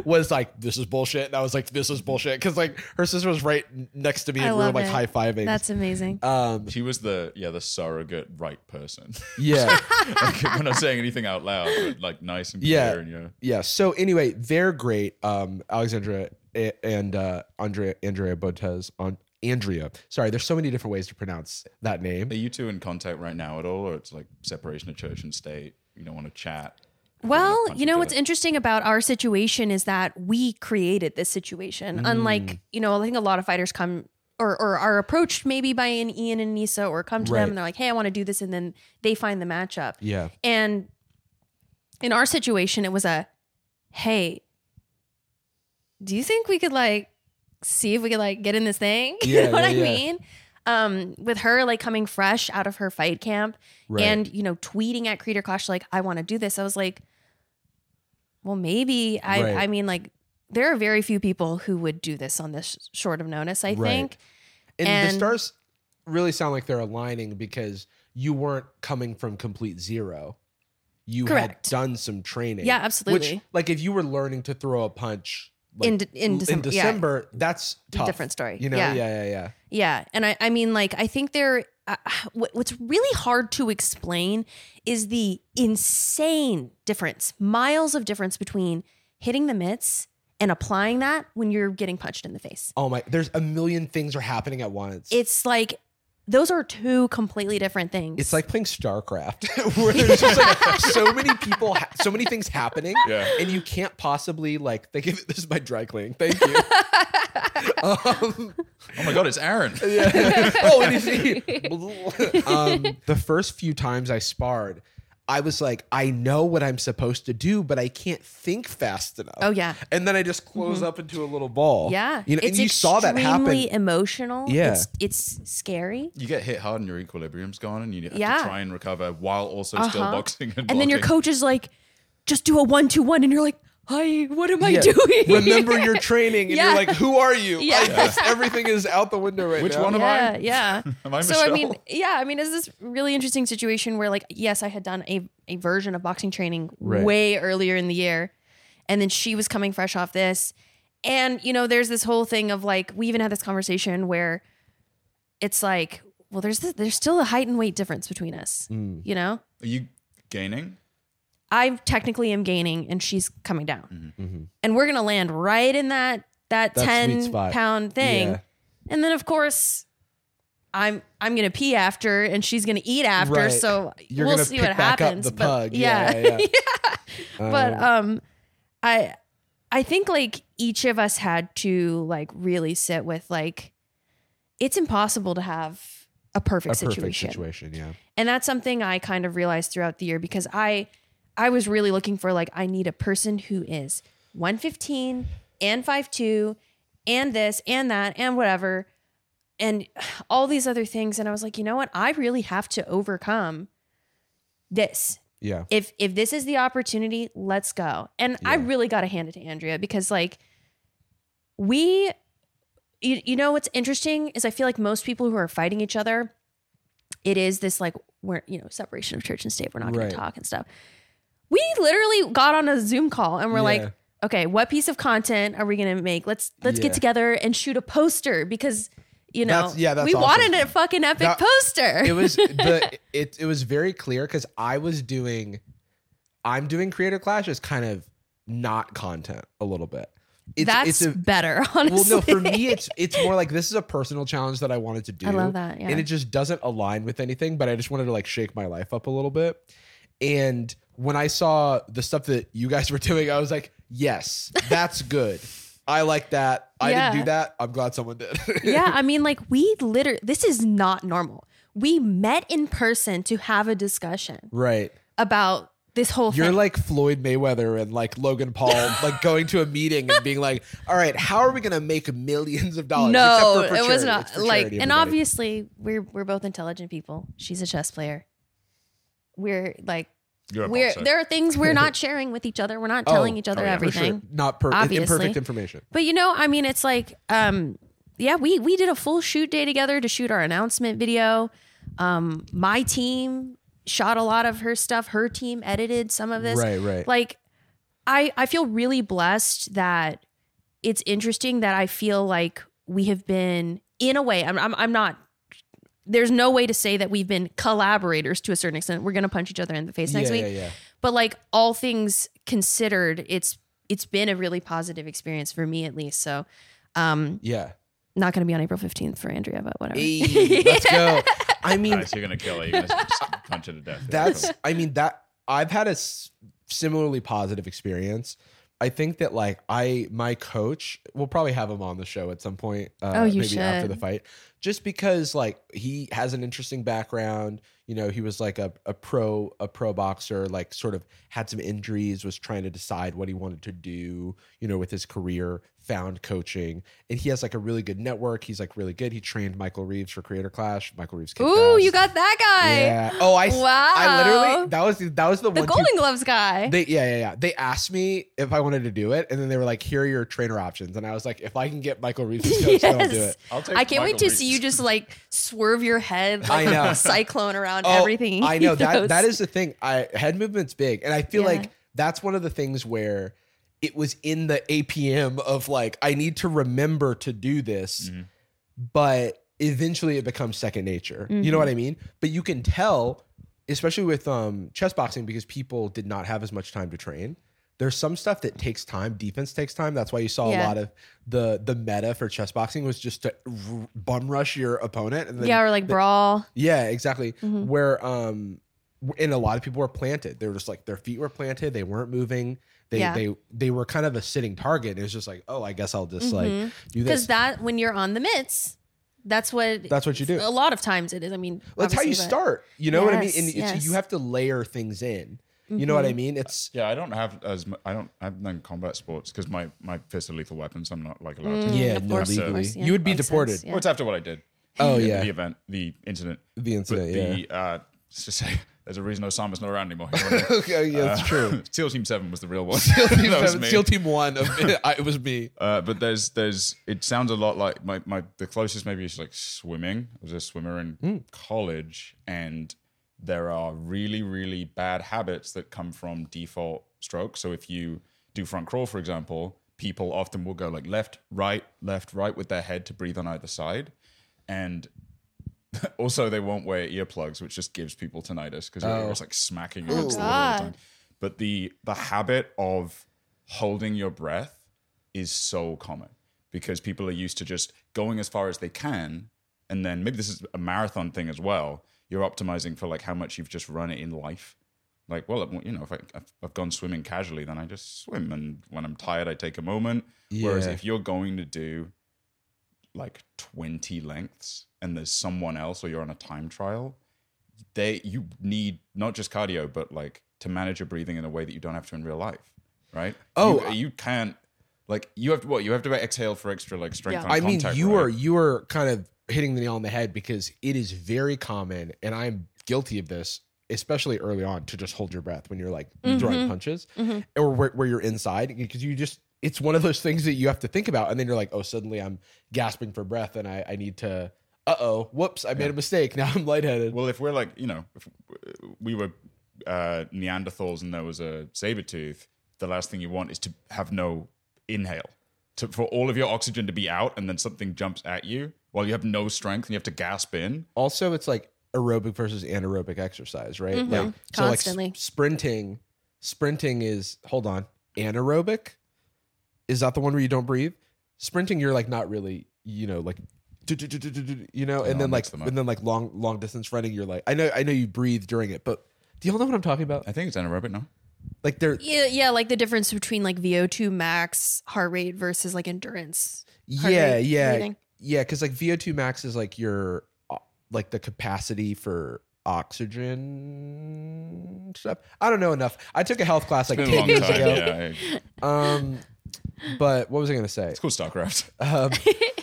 S1: was like, this is bullshit. And I was like, this is bullshit. Cause like her sister was right n- next to me
S3: I
S1: and we were
S3: love
S1: like
S3: it.
S1: high fiving.
S3: That's amazing.
S1: um,
S2: she was the yeah the surrogate right person.
S1: yeah.
S2: like, we're not saying anything out loud, but like nice and clear
S1: Yeah.
S2: and yeah.
S1: yeah. So anyway, they're great. Um, Alexandra a- and uh, Andrea Andrea Botes on Andrea. Sorry, there's so many different ways to pronounce that name.
S2: Are you two in contact right now at all, or it's like separation of church and state? You don't want to chat.
S3: Well,
S2: punch
S3: you know
S2: each
S3: what's
S2: other.
S3: interesting about our situation is that we created this
S1: Mm.
S3: situation. Unlike, you know, I think a lot of fighters come or, or are approached maybe by an Ian and Nisa or come to
S1: Right.
S3: them and they're like, hey, I want to do this. And then they find the matchup.
S1: Yeah.
S3: And in our situation, it was a, hey, do you think we could like see if we could like get in this thing?
S1: Yeah,
S3: you know what
S1: yeah,
S3: I
S1: yeah.
S3: mean? Um, with her like coming fresh out of her fight camp
S1: Right.
S3: and you know tweeting at Creator Clash like I want to do this. I was like, well, maybe I.
S1: Right.
S3: I mean, like there are very few people who would do this on this sh- short of notice. I
S1: Right.
S3: think.
S1: and,
S3: and-
S1: the stars really sound like they're aligning because you weren't coming from complete zero. You
S3: Correct.
S1: had done some training.
S3: Yeah, absolutely.
S1: Which, like, if you were learning to throw a punch like,
S3: In de- in Decem- yeah.
S1: December, that's tough.
S3: different story.
S1: You know?
S3: Yeah.
S1: yeah, yeah. yeah.
S3: Yeah, and I, I mean, like, I think there. Uh, what- what's really hard to explain is the insane difference, miles of difference between hitting the mitts and applying that when you're getting punched in the face.
S1: Oh my! There's a million things are happening at once.
S3: It's like those are two completely different things.
S1: It's like playing StarCraft, where there's just like so many people, ha- so many things happening,
S2: Yeah.
S1: and you can't possibly like. They give this is my dry cleaning. Thank you. um,
S2: Oh my god, it's Aaron.
S1: yeah. oh, and it's- um, the first few times I sparred, I was like, I know what I'm supposed to do, but I can't think fast enough.
S3: oh yeah, Mm-hmm.
S1: And then I just close up into a little ball.
S3: yeah.
S1: you know,
S3: it's
S1: and you saw that happen.
S3: extremely emotional.
S1: Yeah.
S3: it's, it's scary.
S2: You get hit hard and your equilibrium's gone, and you have
S3: Yeah.
S2: to try and recover while also still
S3: Uh-huh.
S2: boxing and,
S3: And then your
S2: blocking.
S3: coach is like, "Just do a one-two-one," and you're like, "Hi, what am I
S1: Yeah.
S3: doing?"
S1: Remember your training, and
S3: Yeah.
S1: you're like, "Who are you?"
S3: Yeah.
S1: Like, this- everything is out the window right
S2: Which
S1: now.
S2: one am
S3: yeah,
S2: I?
S3: yeah.
S2: Am I
S3: so I
S2: Michelle?
S3: mean, yeah, I mean, is this really interesting situation where like, yes, I had done a a version of boxing training
S1: Right.
S3: way earlier in the year, and then she was coming fresh off this, and you know, there's this whole thing of like, we even had this conversation where it's like, well, there's this, there's still a height and weight difference between us, you know.
S2: Are you gaining?
S3: I technically am gaining, and she's coming down, and we're gonna land right in that that,
S1: Mm-hmm. That sweet
S3: ten
S1: spot.
S3: pound thing.
S1: Yeah.
S3: And then of course I'm I'm gonna pee after and she's gonna eat after,
S1: Right.
S3: so
S1: You're
S3: we'll
S1: gonna
S3: see
S1: pick
S3: what
S1: back up
S3: happens.
S1: the
S3: but
S1: pug.
S3: yeah.
S1: Yeah, yeah.
S3: but um I I think like each of us had to like really sit with like it's impossible to have a perfect, situation.
S1: situation. Yeah.
S3: And that's something I kind of realized throughout the year because I I was really looking for like I need a person who is 115 and 52 and this and that and whatever and all these other things and I was like, you know what? I really have to overcome this
S1: Yeah.
S3: if if this is the opportunity, let's go. And I
S1: Yeah.
S3: really got to hand it to Andrea because like we you, you know what's interesting is I feel like most people who are fighting each other it is this like we're you know separation of church and state, we're not going
S1: Right.
S3: to talk and stuff. We literally got on a Zoom call and we're
S1: Yeah.
S3: like okay, what piece of content are we going to make? Let's let's
S1: Yeah.
S3: get together and shoot a poster because you know,
S1: That's- yeah, that's
S3: we
S1: awesome.
S3: wanted a fucking epic
S1: That-
S3: poster.
S1: it was the it it was very clear because I was doing I'm doing creator clash is kind of not content a little bit. It's
S3: That's
S1: it's a
S3: better, honestly.
S1: well no for me it's it's more like this is a personal challenge that I wanted to do.
S3: I love that. Yeah.
S1: And it just doesn't align with anything, but I just wanted to like shake my life up a little bit. And when I saw the stuff that you guys were doing, I was like, yes, that's good. I like that. I didn't
S3: Yeah.
S1: do that. I'm glad someone did.
S3: yeah, I mean, like we literally, this is not normal. We met in person to have a discussion
S1: right.
S3: about this whole
S1: You're
S3: thing.
S1: like Floyd Mayweather and like Logan Paul, like going to a meeting and being like, "All right, how are we gonna make millions of dollars?"
S3: no,
S1: oh, Except for- for
S3: it was
S1: charity.
S3: not
S1: It's for
S3: like,
S1: charity,
S3: and
S1: everybody.
S3: obviously we're we're both intelligent people. She's a chess player. We're like,
S2: You're a
S3: we're
S2: boxer.
S3: there are things we're not sharing with each other. We're not
S1: Oh,
S3: telling each other
S2: oh, yeah, for
S1: For sure.
S3: everything.
S1: not per-
S3: Obviously.
S1: imperfect information.
S3: But you know, I mean, it's like, um, yeah, we we did a full shoot day together to shoot our announcement video. Um, my team shot a lot of her stuff. Her team edited some of this.
S1: Right, right.
S3: Like, I I feel really blessed that it's interesting that I feel like we have been in a way. I'm I'm, I'm not. There's no way to say that we've been collaborators to a certain extent. We're gonna punch each other in the face next
S1: yeah,
S3: week
S1: yeah, yeah.
S3: but like all things considered it's it's been a really positive experience for me at least so um
S1: Yeah.
S3: not going to be on april 15th for andrea but whatever
S1: Hey, let's go. I mean,
S2: Nice, you're gonna kill it. You're gonna just punch it to death.
S1: that's i mean that i've had a s- similarly positive experience i think that like i my coach we'll probably have him on the show at some point uh,
S3: Oh, you
S1: maybe after
S3: should.
S1: the fight just because like he has an interesting background you know he was like a, a pro a pro boxer like sort of had some injuries was trying to decide what he wanted to do you know with his career found coaching and he has like a really good network he's like really good he trained michael reeves for creator clash michael reeves kicked
S3: ooh
S1: ass.
S3: you got that guy
S1: Yeah. Oh, I.
S3: wow
S1: I literally. That was the- that was the,
S3: the
S1: one.
S3: golden
S1: two-
S3: gloves guy
S1: they yeah yeah yeah. They asked me if I wanted to do it, and then they were like, "Here are your trainer options," and I was like, "If I can get Michael Reeves as coach, then I'll do
S3: Yes.
S1: it."
S2: I'll take
S3: i can't wait
S2: Michael
S3: to see you
S2: Reeves.
S3: just like swerve your head like
S1: I know.
S3: a cyclone around
S1: Oh,
S3: everything
S1: I know
S3: he
S1: that
S3: throws.
S1: that is the thing. I head movement's big, and I feel
S3: Yeah.
S1: like that's one of the things where it was in the APM of like I need to remember to do this,
S2: Mhm.
S1: but eventually it becomes second nature. You know what I
S3: Mm-hmm.
S1: mean? But you can tell, especially with um, chess boxing, because people did not have as much time to train. There's some stuff that takes time. Defense takes time. That's why you saw a
S3: Yeah.
S1: lot of the the meta for chess boxing was just to r- bum rush your opponent and then
S3: yeah or like brawl
S1: yeah, exactly.
S3: Mhm.
S1: Where um and a lot of people were planted. They were just like their feet were planted, they weren't moving. They
S3: Yeah.
S1: they they were kind of a sitting target. It was just like, oh, I guess I'll just like
S3: Mhm.
S1: do
S3: because
S1: this.
S3: that when you're on the mitts that's what
S1: That's what you do.
S3: a lot of times it is i mean
S1: That's how you
S3: obviously, but-
S1: start. You know what I mean?
S3: Yes,
S1: And it's,
S3: yes. Mm-hmm.
S1: you have to layer things in. You know what I mean? It's
S2: Yeah, I don't have as mu- I don't I've done combat sports because my my fists are lethal weapons. I'm not like allowed to.
S1: Yeah,
S3: of
S1: no,
S3: course, of
S1: legally.
S3: course, yeah.
S1: You would be
S3: Makes sense,
S1: deported.
S3: yeah.
S2: Well, it's after what I did.
S1: oh
S2: The-
S1: yeah,
S2: The event, the incident,
S1: the
S2: but
S1: incident. yeah.
S2: the uh, let's just say there's a reason Osama's not around anymore. That's
S1: okay, yeah, that's true.
S2: SEAL Team Seven was the real one.
S1: Seal team,
S2: Uh, That was
S1: seven-
S2: me.
S1: SEAL team one. Of, I, it was me.
S2: Uh, but there's there's it sounds a lot like my, my the closest maybe is like swimming. I was a swimmer in college, and there are really really bad habits that come from default strokes. So if you do front crawl, for example, people often will go like left, right, left, right with their head to breathe on either side, and also they won't wear earplugs, which just gives people tinnitus because
S1: Oh.
S2: you're just like smacking against the wall all
S3: God.
S2: the time. But the the habit of holding your breath is so common because people are used to just going as far as they can and then maybe this is a marathon thing as well you're optimizing for like how much you've just run it in life like well you know if I, I've- i've gone swimming casually then i just swim and when i'm tired i take a moment whereas
S1: Yeah.
S2: if you're going to do like 20 lengths and there's someone else or you're on a time trial they you need not just cardio but like to manage your breathing in a way that you don't have to in real life right
S1: Oh,
S2: you, you can't like you have to what you have to exhale for extra like strength
S3: Yeah.
S2: on
S1: I mean,
S2: contact,
S1: you
S2: right?
S1: are you are kind of hitting the nail on the head because it is very common, and I'm guilty of this. especially early on, to just hold your breath when you're like throwing punches or where, where you're inside because you just, it's one of those things that you have to think about. And then you're like, oh, suddenly I'm gasping for breath and I, I need to, uh oh, whoops, I made a mistake. Now I'm lightheaded.
S2: Well, if we're like, you know, if we were uh, Neanderthals and there was a saber tooth, the last thing you want is to have no inhale, to, for all of your oxygen to be out, and then something jumps at you while you have no strength and you have to gasp in.
S1: also it's like aerobic versus anaerobic exercise, right? Like so like s-
S3: Constantly.
S1: sprinting, sprinting is hold on, anaerobic is that the one where you don't breathe? Sprinting you're like not really, you know, like do, do, do, do, do, do, you know, and
S2: I'll
S1: then like
S2: mix them up.
S1: and then like long long distance running you're like I know I know you breathe during it, but do y'all know what I'm talking about?
S2: I think it's anaerobic, no?
S1: Like they're
S3: Yeah, yeah, like the difference between like VO2 max heart rate versus like endurance. heart
S1: yeah,
S3: rate
S1: yeah,
S3: reading.
S1: yeah. Because like VO2 max is like your o- like the capacity for oxygen stuff. I don't know enough. I took a health class like
S2: It's
S1: ten
S2: been a long
S1: years
S2: time.
S1: ago.
S2: Yeah, yeah.
S1: Um, but what was I gonna say?
S2: It's called StarCraft.
S1: Um,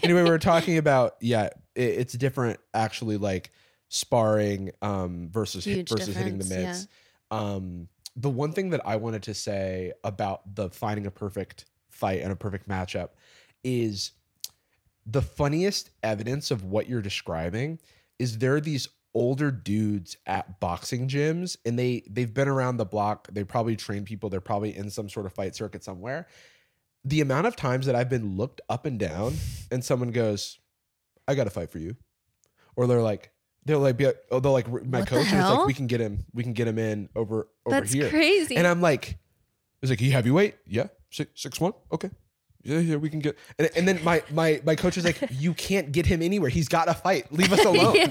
S1: anyway, we were talking about yeah, it, it's different actually, like sparring um, versus hit-
S3: Huge
S1: versus hitting the
S3: difference,
S1: mitts. Um, the one thing that I wanted to say about the finding a perfect fight and a perfect matchup is the funniest evidence of what you're describing is there are these older dudes at boxing gyms and they they've been around the block they probably train people they're probably in some sort of fight circuit somewhere the amount of times that i've been looked up and down and someone goes i got a fight for you or they're like they'll like be like, oh they'll like my
S3: What the
S1: coach is like
S3: hell?
S1: we can get him we can get him in over over
S3: That's
S1: here
S3: crazy.
S1: and I'm like, he's like, you heavyweight? Yeah, six, six one. Okay. Yeah, yeah, we can get. And, and then my my my coach is like, you can't get him anywhere. He's got to fight. Leave us alone.
S3: yeah.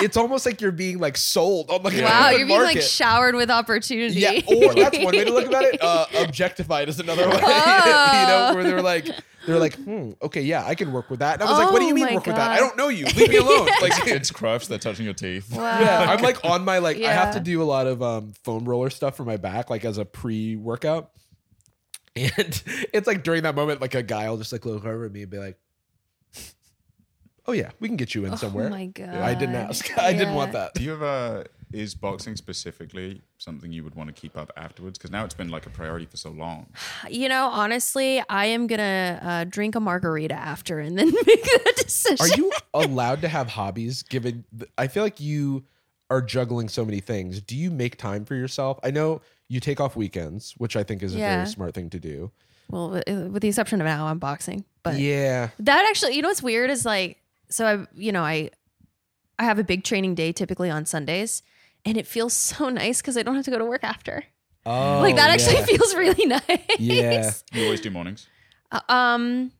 S1: It's almost like you're being like sold on like an
S3: Wow,
S1: open
S3: you're being like
S1: market.
S3: showered with opportunity.
S1: yeah, or that's one way to look about it. Uh, objectified is another way. you know, where they're like, they're like, hmm, okay, yeah, I can work with that. And I was like, what do you
S3: Oh
S1: mean
S3: my
S1: work with that? I
S3: God.
S1: don't know you. Leave me alone. Oh, Like,
S2: Like, it's crushed, they're touching your teeth.
S3: Wow.
S1: yeah, I'm like on my like I have to
S3: Yeah.
S1: do a lot of um foam roller stuff for my back, like as a pre-workout. And it's like during that moment, like a guy will just like look over at me and be like, Oh yeah, we can get you in somewhere.
S3: Oh my God.
S1: I didn't ask. I didn't want
S3: Yeah.
S1: that.
S2: Do you ever is boxing specifically something you would want to keep up afterwards? Because now it's been like a priority for so long.
S3: You know, honestly, I am gonna uh, drink a margarita after and then make that decision.
S1: Are you allowed to have hobbies given th- I feel like you are juggling so many things. Do you make time for yourself? I know you take off weekends, which I think is a
S3: Yeah.
S1: very smart thing to do.
S3: well, with- uh, with the exception of now, I'm boxing, but
S1: yeah.
S3: That actually, you know what's weird is like, so I, you know, I, I have a big training day typically on Sundays, and it feels so nice because I don't have to go to work after.
S1: Oh,
S3: like that actually
S1: yeah.
S3: feels really nice.
S1: Yeah.
S2: You always do mornings.
S3: Uh, um.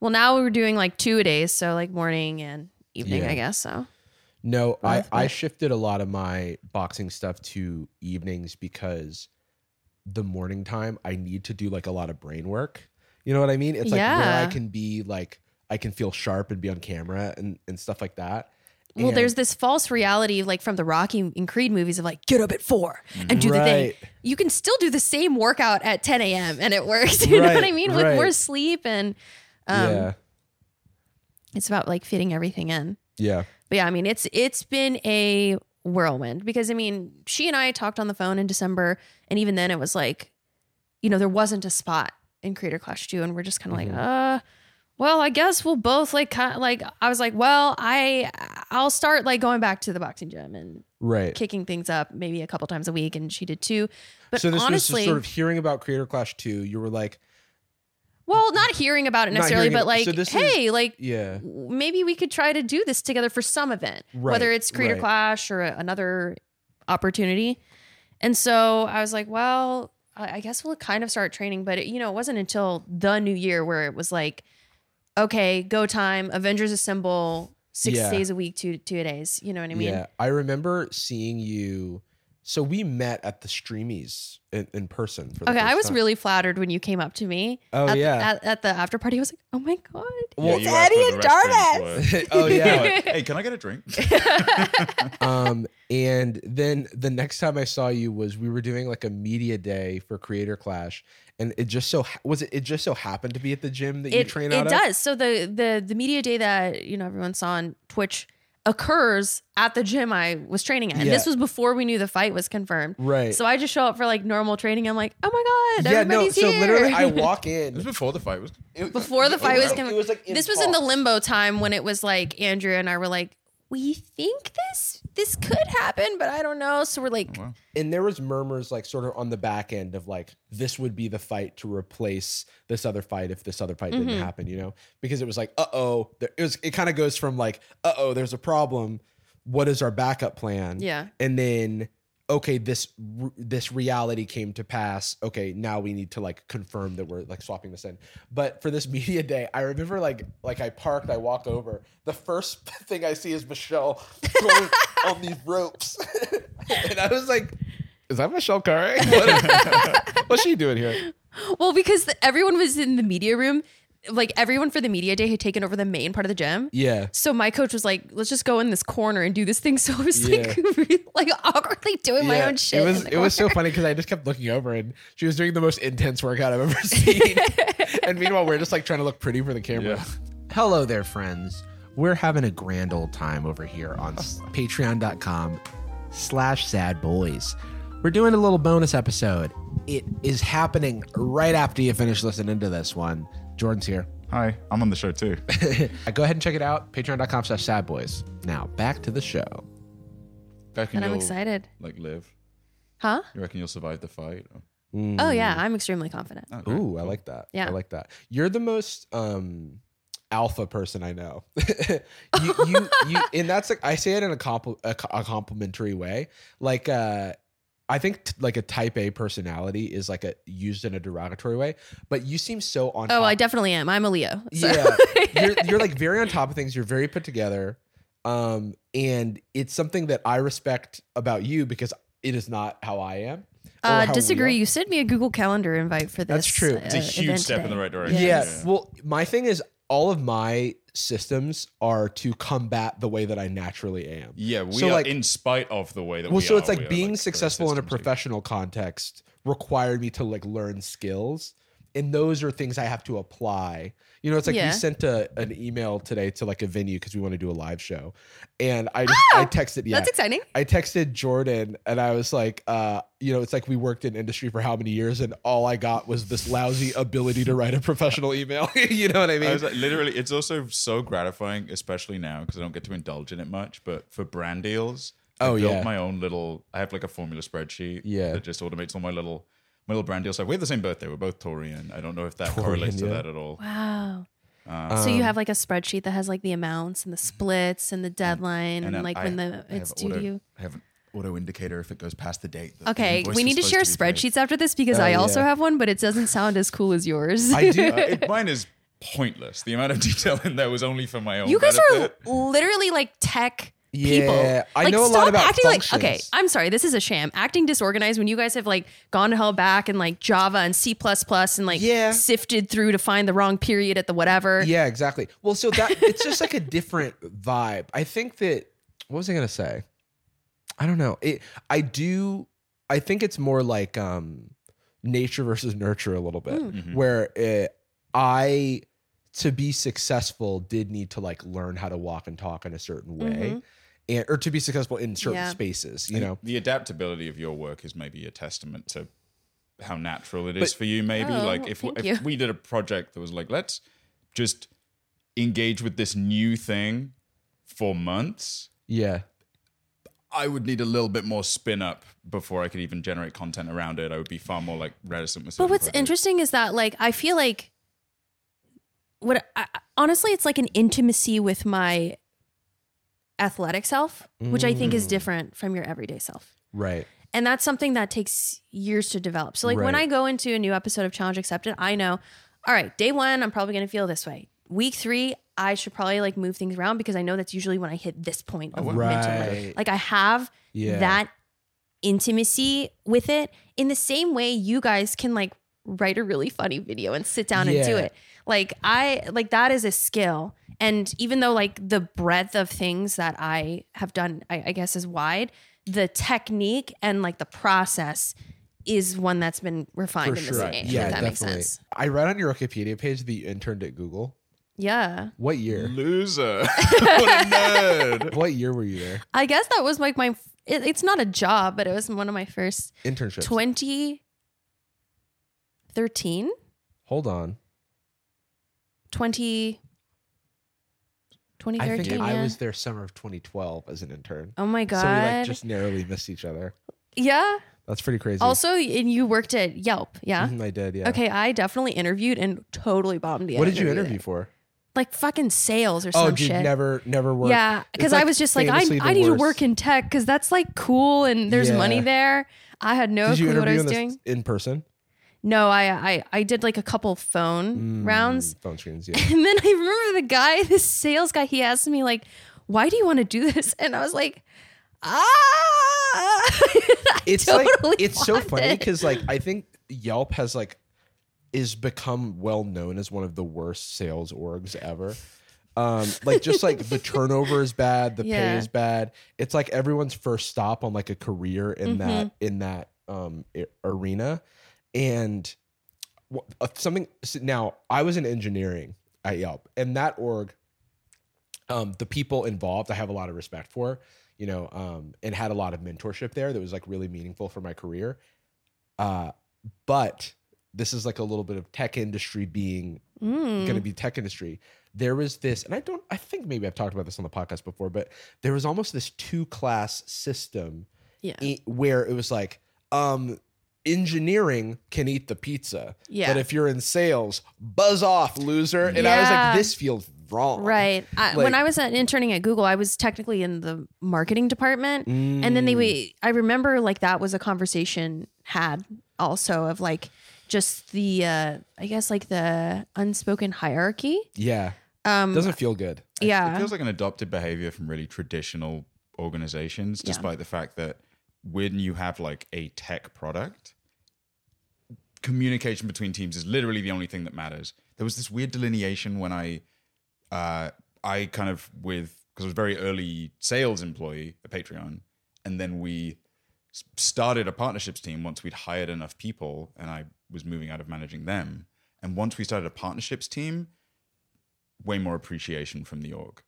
S3: Well, now we're doing like two a days, so like morning and evening,
S1: Yeah.
S3: I guess. So
S1: No, I,
S3: Last
S1: I
S3: night.
S1: shifted a lot of my boxing stuff to evenings because the morning time I need to do like a lot of brain work. You know what I mean? It's like where I
S3: Yeah.
S1: can be like I can feel sharp and be on camera and, and stuff like that.
S3: well,
S1: And-
S3: there's this false reality, like from the Rocky and Creed movies, of like get up at four and do the thing.
S1: Right.
S3: You can still do the same workout at 10 a.m. and it works. You know what I
S1: Right,
S3: mean? With
S1: right.
S3: more sleep and um,
S1: yeah.
S3: it's about like fitting everything in.
S1: Yeah.
S3: But yeah, I mean, it's it's been a whirlwind because I mean, she and I talked on the phone in December, and even then it was like, you know, there wasn't a spot in Creator Clash 2, and we're just kind of
S1: Mm-hmm.
S3: like, uh, well, I guess we'll both like kind of like I was like, well, I I'll start like going back to the boxing gym and
S1: Right.
S3: kicking things up maybe a couple times a week, and she did too. But
S1: so this was
S3: honestly,
S1: just sort of hearing about Creator Clash 2, you were like,
S3: well, not hearing about it
S1: Not
S3: necessarily,
S1: hearing
S3: but
S1: it-
S3: like,
S1: so this is-
S3: hey, like
S1: yeah.
S3: maybe we could try to do this together for some event,
S1: Right,
S3: whether it's Creator
S1: right.
S3: Clash or a- another opportunity. And so I was like, well, I I guess we'll kind of start training, but it, you know, it wasn't until the new year where it was like, okay, go time, Avengers Assemble, six
S1: Yeah.
S3: days a week, two two days. You know what I mean?
S1: yeah. I remember seeing you so we met at the streamies in, in person for the
S3: Okay, I
S1: first
S3: was
S1: time.
S3: really flattered when you came up to me.
S1: Oh,
S3: at,
S1: yeah.
S3: at, at the after party. I was like, oh my god,
S1: Well,
S2: you guys
S4: Daddy
S2: put
S4: and
S2: the rest in
S4: Darvis.
S2: for-
S1: oh yeah.
S2: Like, hey, can I get a drink?
S1: um and then the next time i saw you was we were doing like a media day for creator clash and it just so ha- was it it just so happened to be at the gym that you train
S3: it
S1: out
S3: does so the the the media day that you know everyone saw on twitch occurs at the gym I was training at. And This
S1: Yeah.
S3: was before we knew the fight was confirmed.
S1: Right.
S3: So I just show up for like normal training. I'm like, oh my god,
S1: yeah, no.
S3: everybody's
S1: So
S3: here.
S1: literally, I walk
S2: It was
S1: in
S2: before the fight. Was
S3: before the fight was
S1: like- oh,
S3: coming.
S1: it was like in
S3: this was in the
S1: talks.
S3: limbo time when it was like Andrea and I were like, we think this this could happen, but I don't know. So we're like,
S2: wow.
S1: and there was murmurs like sort of on the back end of like this would be the fight to replace this other fight if this other fight didn't happen you know because it was like uh-oh there, it was it kind of goes from like uh-oh there's a problem what is our backup plan
S3: Yeah.
S1: and then okay this r- this reality came to pass okay now we need to like confirm that we're like swapping this in but for this media day i remember like like i parked i walk over the first thing i see is michelle going on these ropes and i was like is that michelle curry What- what's she doing here
S3: well, because the, everyone was in the media room, like everyone for the media day had taken over the main part of the gym.
S1: yeah
S3: So my coach was like, "Let's just go in this corner and do this thing." So I was
S1: Yeah.
S3: like, really, like awkwardly doing my
S1: Yeah,
S3: own shit.
S1: It
S3: in
S1: was
S3: the
S1: it was so
S3: corner.
S1: funny because I just kept looking over and she was doing the most intense workout I've ever seen. and meanwhile, we're just like trying to look pretty for the camera.
S2: Yeah.
S1: Hello there, friends. We're having a grand old time over here on s- patreon.com slash sad boys. We're doing a little bonus episode. It is happening right after you finish listening to this one. Jordan's here.
S2: Hi, I'm on the show too.
S1: Go ahead and check it out. Patreon.com slash sad boys. Now back to the show.
S2: Back in
S3: And I'm
S2: your-
S3: excited,
S2: Like live.
S3: huh?
S2: You reckon you'll survive the fight?
S3: Oh yeah,
S1: Mm.
S3: I'm extremely confident.
S2: Oh, great.
S1: Ooh, I like that.
S3: Yeah.
S1: I like that. You're the most um alpha person I know. you, you, you, and that's like I say it in a, compl- a, co- a complimentary way. Like, uh, I think t- like a type A personality is like a used in a derogatory way, but you seem so on.
S3: Oh,
S1: top.
S3: I definitely am. I'm a Leo. So. Uh,
S1: Yeah, you're, you're like very on top of things. You're very put together, um, and it's something that I respect about you because it is not how I am. or
S3: Uh,
S1: Oh, how we
S3: disagree.
S1: are.
S3: You sent me a Google Calendar invite for this.
S1: That's true.
S2: It's a
S3: uh,
S2: huge
S3: event
S2: step in the
S3: today.
S2: right direction.
S1: Yeah.
S3: Yes.
S1: Well, my thing is all of my systems are to combat the way that I naturally am.
S2: Yeah, we
S1: So,
S2: are
S1: like-
S2: in spite of the way that
S1: Well,
S2: we
S1: so
S2: are,
S1: it's
S2: we
S1: like
S2: are,
S1: being
S2: very
S1: successful in a
S2: systems-y.
S1: professional context required me to like learn skills. And those are things I have to apply. You know, it's like
S3: Yeah.
S1: we sent a, an email today to like a venue because we want to do a live show. And I just, I texted, yeah.
S3: Ah! That's exciting.
S1: I texted Jordan and I was like, uh, you know, it's like we worked in industry for how many years and all I got was this lousy ability to write a professional email. you know what I mean?
S2: I was like, literally, it's also so gratifying, especially now because I don't get to indulge in it much. But for brand deals, I
S1: Oh,
S2: built
S1: yeah.
S2: my own little. I have like a formula spreadsheet.
S1: Yeah.
S2: that just automates all my little my little brand deal stuff. We have the same birthday. We're both Taurian. I don't know if that correlates to
S1: yeah.
S2: that at all.
S3: Wow. so
S1: Um,
S3: you have like a spreadsheet that has like the amounts and the splits and the deadline and,
S2: then
S3: Mm, like
S2: I-
S3: when
S2: I
S3: the
S2: have
S3: it's due
S2: auto-
S3: to you.
S2: I have an auto indicator if it goes past the date. that the
S3: Okay,
S2: invoice
S3: we
S2: is
S3: need to share
S2: supposed be paid.
S3: spreadsheets after this because I also
S1: yeah.
S3: have one, but it doesn't sound as cool as yours.
S1: I do.
S2: Uh, it- mine is pointless. The amount of detail in there was only for my own.
S3: you guys are
S2: benefit.
S3: literally like tech
S1: Yeah,
S3: people.
S1: I
S3: like,
S1: know a lot
S3: stop
S1: about
S3: acting like okay.
S1: functions.
S3: I'm sorry, this is a sham. Acting disorganized when you guys have like gone to hell back and like Java and C and like
S1: Yeah.
S3: sifted through to find the wrong period at the whatever.
S1: Yeah, exactly. Well, so that it's just like a different vibe. I think that what was I gonna say? I don't know. It I do I think it's more like um nature versus nurture a little bit
S2: Mm-hmm. Hmm.
S3: Mm.
S1: where it, I to be successful did need to like learn how to walk and talk in a certain way
S3: Mhm.
S1: and or to be successful in certain
S3: Yeah.
S1: spaces, you
S2: And
S1: know.
S2: the adaptability of your work is maybe a testament to how natural it is
S1: But-
S2: for you maybe
S3: Oh,
S2: like if,
S3: thank
S2: if
S3: you.
S2: we did a project that was like let's just engage with this new thing for months
S1: Yeah.
S2: i would need a little bit more spin up before i could even generate content around it i would be far more like reticent with
S3: But
S2: certain
S3: what's
S2: projects.
S3: interesting is that like I feel like what I, I- honestly it's like an intimacy with my athletic self, which I think is
S1: Mm.
S3: different from your everyday self.
S1: Right.
S3: And that's something that takes years to develop. So like when
S1: Right.
S3: I go into a new episode of Challenge Accepted, I know, all right, day 1 I'm probably going to feel this way. Week 3 I should probably like move things around because I know that's usually when I hit this point of
S2: wow.
S3: mental health.
S1: Oh, Right.
S3: Like I have
S1: Yeah.
S3: that intimacy with it in the same way you guys can like write a really funny video and sit down and do
S1: Yeah.
S3: it like i like that is a skill and even though like the breadth of things that i have done i, I guess is wide the technique and like the process is one that's been refined in this
S2: sure.
S3: day and age,
S1: Yeah,
S3: if that
S1: definitely.
S3: makes sense
S1: I read on your Wikipedia page that you interned at Google.
S3: Yeah.
S1: What year?
S2: Loser. what a nerd.
S1: What year were you there?
S3: I guess that was like my, it, it's not a job, but it was one of my first
S1: Internships.
S3: 2013,
S1: Hold on. I
S3: 20, 2013.
S1: think I
S3: yeah.
S1: was there summer of 2012 as an intern.
S3: oh my God.
S1: So we like just narrowly missed each other.
S3: yeah.
S1: That's pretty crazy.
S3: Also, and you worked at Yelp. Yeah.
S1: Mhm, I did, yeah.
S3: Okay. I definitely interviewed and totally bombed the
S1: What did you
S3: there.
S1: interview for?
S3: Like fucking sales or
S1: Oh,
S3: some
S1: dude,
S3: shit.
S1: never, never worked.
S3: Yeah,
S1: It's,
S3: because I
S1: like,
S3: was just like, I,
S1: famously the
S3: I need to
S1: worst.
S3: work in tech because that's like cool and there's
S1: Yeah.
S3: money there. I had no
S1: Did you
S3: clue what I
S1: interview
S3: was
S1: in, this-
S3: doing.
S1: in person?
S3: No, I, I I did like a couple phone rounds,
S1: Mm, Phone screens, yeah.
S3: and then I remember the guy, the sales guy, he asked me like, "Why do you want to do this?" And I was like, "Ah." I
S1: it's
S3: totally
S1: like it's so
S3: want
S1: funny
S3: it.
S1: because like I think Yelp has like is become well known as one of the worst sales orgs ever. Um, like just like the turnover is bad, the pay
S3: Yeah.
S1: is bad. It's like everyone's first stop on like a career in that in that um a- arena, and wh- uh, something. so Now I was in engineering at Yelp, and that org um, the people involved I have a lot of respect for, you know, um, and had a lot of mentorship there that was like really meaningful for my career. Uh, but this is like a little bit of tech industry being
S3: Mm.
S1: going to be tech industry. There was this, and I don't, I think maybe I've talked about this on the podcast before, but there was almost this two class system
S3: Yeah.
S1: i- where it was like, um, engineering can eat the pizza.
S3: Yeah.
S1: But if you're in sales, buzz off, loser. And I was
S3: Yeah.
S1: like, this feels wrong.
S3: Right. I,
S1: Like-
S3: when I was at, interning at Google, I was technically in the marketing department. And then
S1: Mm,
S3: they, we, I remember like that was a conversation had also of like just the, uh, I guess like the unspoken hierarchy.
S1: Yeah.
S3: Um,
S1: Doesn't feel good.
S2: It
S3: yeah.
S2: feels like an adopted behavior from really traditional organizations,
S3: Yeah.
S2: despite the fact that when you have like a tech product, communication between teams is literally the only thing that matters. There was this weird delineation when I, uh, I kind of with because I was a very early sales employee at Patreon, and then we s- started a partnerships team once we'd hired enough people, and I was moving out of managing them. And once we started a partnerships team, way more appreciation from the org.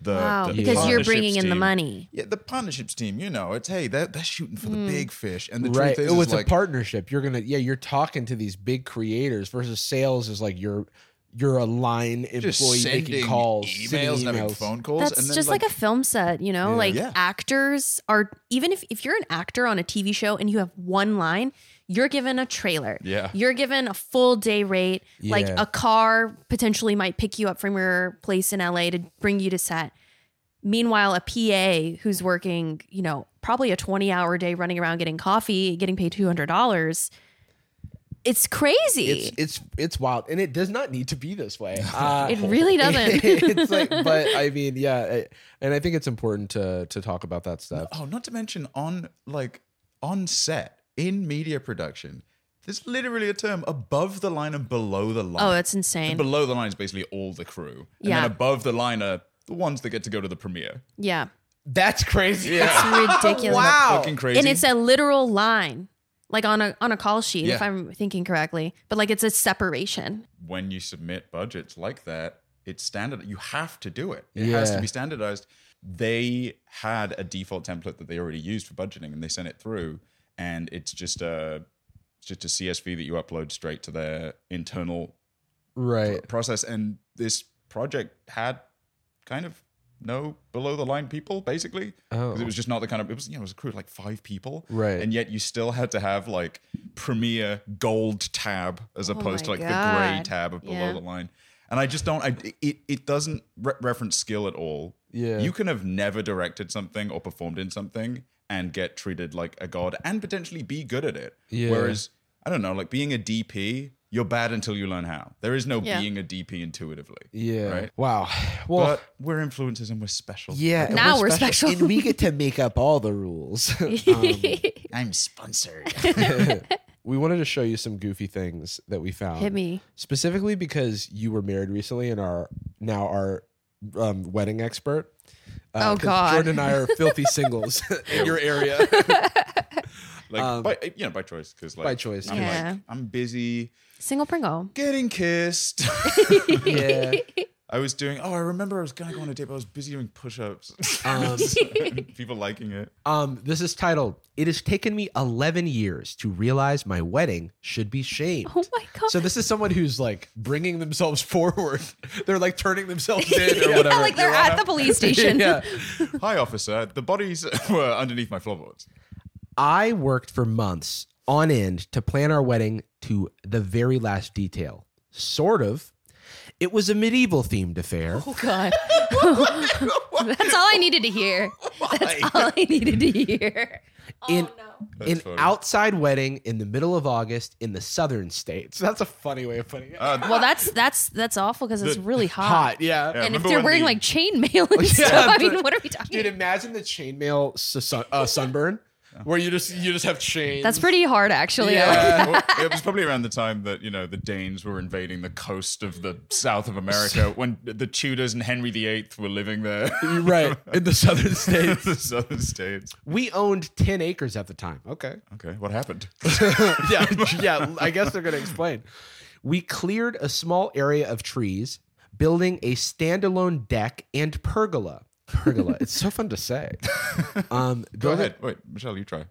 S2: The,
S3: wow.
S2: uh, the
S3: Because you're
S2: partnerships
S3: bringing in the
S2: team-
S3: money.
S2: Yeah, the partnerships team, you know, it's hey, they're, they're shooting for
S3: Hmm.
S2: the big fish, and the
S1: right.
S2: truth is,
S1: oh,
S2: is
S1: it's
S2: like,
S1: a partnership. You're gonna yeah, you're talking to these big creators versus sales is like you're you're a line
S2: just
S1: employee making
S2: sending
S1: calls,
S2: emails,
S1: sending
S2: and having
S1: emails.
S2: phone calls.
S3: That's
S2: and then,
S3: just like, a film set, you know,
S1: Yeah.
S3: like
S2: Yeah.
S3: actors are, even if, if you're an actor on a TV show and you have one line, you're given a trailer.
S2: Yeah.
S3: You're given a full day rate. Like
S1: Yeah.
S3: a car potentially might pick you up from your place in LA to bring you to set. Meanwhile, a PA who's working, you know, probably a 20 hour day running around getting coffee, getting paid $200. It's crazy.
S1: It's it's it's wild, and it does not need to be this way. Uh,
S3: It really doesn't.
S1: it's like, but I mean, yeah, I- and I think it's important to to talk about that stuff.
S2: Oh, not to mention on like on set in media production, there's literally a term above the line and below the line.
S3: oh, that's insane.
S2: below the line is basically all the crew, and
S3: Yeah.
S2: then above the line are the ones that get to go to the premiere.
S3: yeah.
S1: That's crazy.
S3: It's ridiculous.
S2: fucking crazy.
S3: And it's a literal line. Like on a on a call sheet, if
S2: Yeah.
S3: I'm thinking correctly, but like it's a separation.
S2: when you submit budgets like that, it's standard. You have to do it. It has
S1: Yeah.
S2: to be standardized. They had a default template that they already used for budgeting, and they sent it through, and it's just a it's just a CSV that you upload straight to their internal
S1: Right.
S2: process. And this project had kind of no below the line people, basically.
S1: Oh.
S2: 'Cause it was just not the kind of it was you know it was a crew of like five people,
S1: Right.
S2: And yet you still had to have like Premiere Gold tab as opposed to
S3: Oh my
S2: like the gray
S3: God.
S2: tab of below
S3: Yeah.
S2: the line. And I just don't. I it it doesn't re- reference skill at all.
S1: Yeah.
S2: you can have never directed something or performed in something and get treated like a god and potentially be good at it.
S1: Yeah.
S2: Whereas I don't know, like being a DP, you're bad until you learn how. There is no
S3: Yeah.
S2: being a DP intuitively.
S1: Yeah.
S2: Right.
S1: Wow. Well.
S2: But we're influencers and we're special.
S1: Oh. yeah, and
S3: Now we're special.
S1: and we get to make up all the rules.
S2: I'm sponsored.
S1: we wanted to show you some goofy things that we found.
S3: Hit me.
S1: specifically because you were married recently and are now our um, wedding expert. Uh,
S3: Oh,
S1: 'cause
S3: God.
S1: Jordan and I are filthy singles in your area.
S2: like
S1: Um,
S2: by you know by choice because like
S1: by choice,
S2: I'm
S3: yeah.
S2: like I'm busy
S3: Single Pringle.
S2: getting kissed.
S1: yeah.
S2: I was doing. Oh, I remember I was gonna go on a date, but I was busy doing push-ups.
S1: Um,
S2: People liking it.
S1: um, this is titled "It has taken me 11 years to realize my wedding should be shamed."
S3: Oh my god.
S1: So this is someone who's like bringing themselves forward. They're like turning themselves in or whatever.
S3: like they're at the police station.
S1: yeah.
S2: Hi, officer. The bodies were underneath my floorboards.
S1: I worked for months on end to plan our wedding to the very last detail. Sort of. It was a medieval themed affair.
S3: Oh god. That's all I needed to hear. That's all I needed to hear.
S1: In-
S3: oh,
S2: That's
S1: An
S2: funny.
S1: outside wedding in the middle of August in the southern states. That's a funny way of putting it.
S2: Uh,
S3: Well, that's that's that's awful because it's
S2: The-
S3: really hot.
S1: Hot, yeah.
S2: Yeah,
S3: And if
S2: remember
S3: they're
S2: when
S3: wearing
S2: the-
S3: like chainmail and
S1: Yeah,
S3: stuff, I mean,
S1: but-
S3: what are we talking?
S1: Dude, imagine the chainmail su- sun- uh, sunburn where you just you just have chains.
S3: That's pretty hard, actually.
S1: Yeah.
S2: Well, it was probably around the time that you know the Danes were invading the coast of the south of America when the Tudors and Henry VIII were living there.
S1: right in the southern states.
S2: the southern states.
S1: We owned 10 acres at the time. Okay.
S2: Okay, what happened?
S1: yeah, yeah. I guess they're going to explain. We cleared a small area of trees, building a standalone deck and pergola. Pergola. it's so fun to say. Um,
S2: Go
S1: building-
S2: ahead. Wait, Michelle, you try.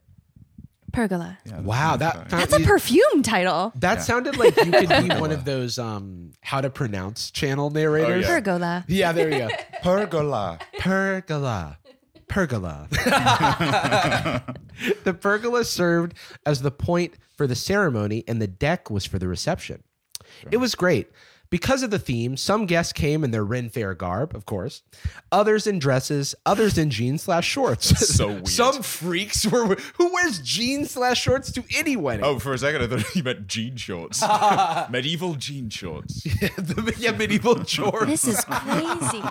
S3: Pergola.
S2: Yeah,
S1: Wow, that
S2: that's
S1: that,
S3: That's a perfume title.
S1: that sounded like you could be one of those um, how to pronounce channel narrators.
S2: Oh, Yeah.
S3: Pergola.
S1: yeah. there you go.
S2: pergola.
S1: Pergola. Pergola. the pergola served as the point for the ceremony, and the deck was for the reception. It was great. Because of the theme, some guests came in their Ren Fair garb, of course, others in dresses, others in jeans slash shorts.
S2: so weird.
S1: some freaks were who wears jeans slash shorts to any wedding.
S2: Oh, for a second, I thought you meant jean shorts. Medieval jean shorts.
S1: the, yeah, medieval shorts.
S3: This is crazy.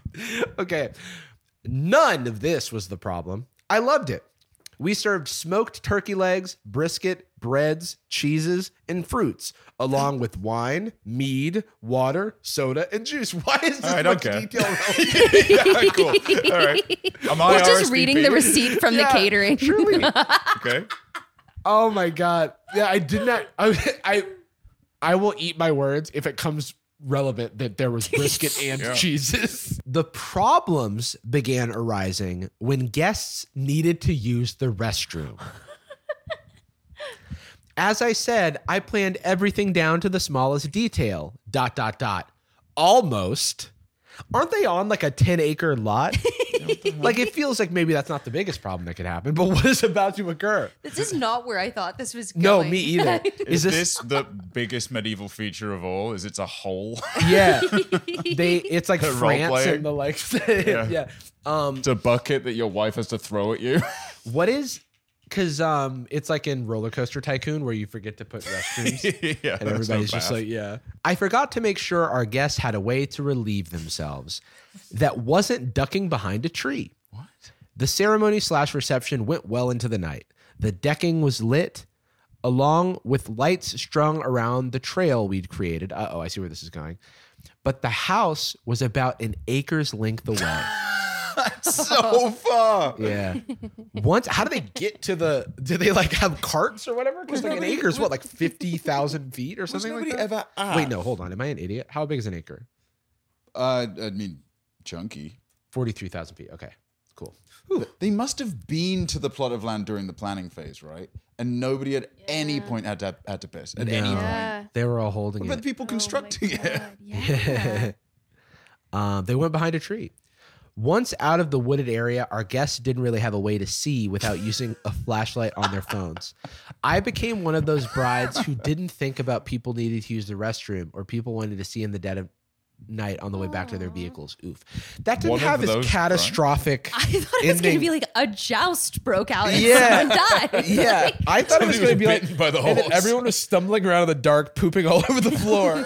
S1: okay. None of this was the problem. I loved it. We served smoked turkey legs, brisket, breads, cheeses, and fruits, along with wine, mead, water, soda, and juice. Why is this
S2: All right,
S1: much
S2: okay.
S1: detail? relevant?
S2: yeah, cool. All right. Am I
S3: We're just
S2: RSVP?
S3: reading the receipt from the
S1: Yeah,
S3: catering.
S1: Truly.
S2: Okay.
S1: Oh my god. Yeah, I did not. I, I, I will eat my words if it comes relevant that there was brisket and
S2: Yeah.
S1: cheeses. The problems began arising when guests needed to use the restroom. As I said, I planned everything down to the smallest detail. Dot dot dot. Almost. Aren't they on like a 10 acre lot? like it feels like maybe that's not the biggest problem that could happen, but what is about to occur?
S3: This is not where I thought this was going.
S1: No, me either. Is,
S2: Is,
S1: this,
S2: this the biggest medieval feature of all? Is it's a hole?
S1: Yeah, they. It's like
S2: The role
S1: France
S2: playing.
S1: and the like. yeah.
S2: Yeah.
S1: Um.
S2: It's a bucket that your wife has to throw at you.
S1: What is? Because um, it's like in Roller Coaster Tycoon where you forget to put restrooms.
S2: yeah,
S1: And
S2: that's no
S1: everybody's just
S2: bath.
S1: like, yeah. I forgot to make sure our guests had a way to relieve themselves that wasn't ducking behind a tree. What? The ceremony slash reception went well into the night. The decking was lit, along with lights strung around the trail we'd created. Uh oh, I see where this is going. But the house was about an acre's length away.
S2: so far.
S1: yeah. Once, how do they get to the? Do they like have carts or whatever? Because like an acre is what, like fifty thousand feet or something like
S2: nobody
S1: that.
S2: ever
S3: Ah.
S1: Wait,
S2: asked?
S1: no, hold on. Am I an idiot? How big is an acre?
S2: Uh, I mean, chunky.
S1: Forty-three thousand feet. Okay, cool.
S2: They must have been to the plot of land during the planning phase, right? And nobody at any point had to had to piss at any
S1: No.
S2: point.
S3: Yeah. Oh
S1: They were all holding
S2: But the
S1: it.
S2: people constructing it.
S3: Yeah.
S1: um, they went behind a tree. Once out of the wooded area, our guests didn't really have a way to see without using a flashlight on their phones. I became one of those brides who didn't think about people needing to use the restroom or people wanted to see in the dead of night on the way back to their vehicles. Oof. That didn't
S2: One of
S1: have as
S2: those
S1: catastrophic.
S3: I thought it was going to
S1: Ending.
S3: be like a joust broke out and
S1: Yeah.
S3: someone died.
S1: Yeah, I thought it was going to
S2: Somebody
S1: be
S2: was
S1: like
S2: bitten by the
S1: and then
S2: horse.
S1: everyone was stumbling around in the dark, pooping all over the floor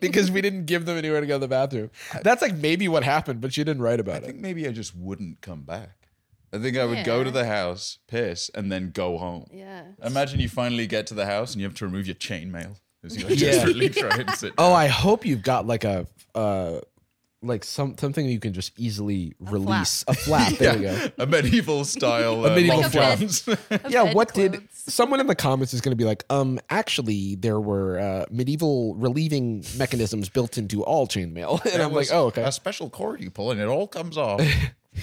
S1: because we didn't give them anywhere to go to the bathroom. That's like maybe what happened, but you didn't write about
S2: I
S1: it.
S2: think maybe I just wouldn't come back. I think I would go
S3: Yeah.
S2: to the house, piss, and then go home.
S3: Yeah.
S2: Imagine you finally get to the house and you have to remove your chainmail. As you
S1: Yeah.
S2: desperately try and sit.
S1: Oh, I hope you've got like a uh, like some something you can just easily release a flap. There we go.
S2: a medieval style. Uh,
S1: medieval
S2: long
S1: flap.
S2: johns.
S1: Yeah, what did someone in the comments is going to be like? Um, actually, there were uh, medieval relieving mechanisms built into all chainmail, and
S2: There
S1: I'm
S2: was
S1: like, oh, okay,
S2: A special cord you pull and it all comes off.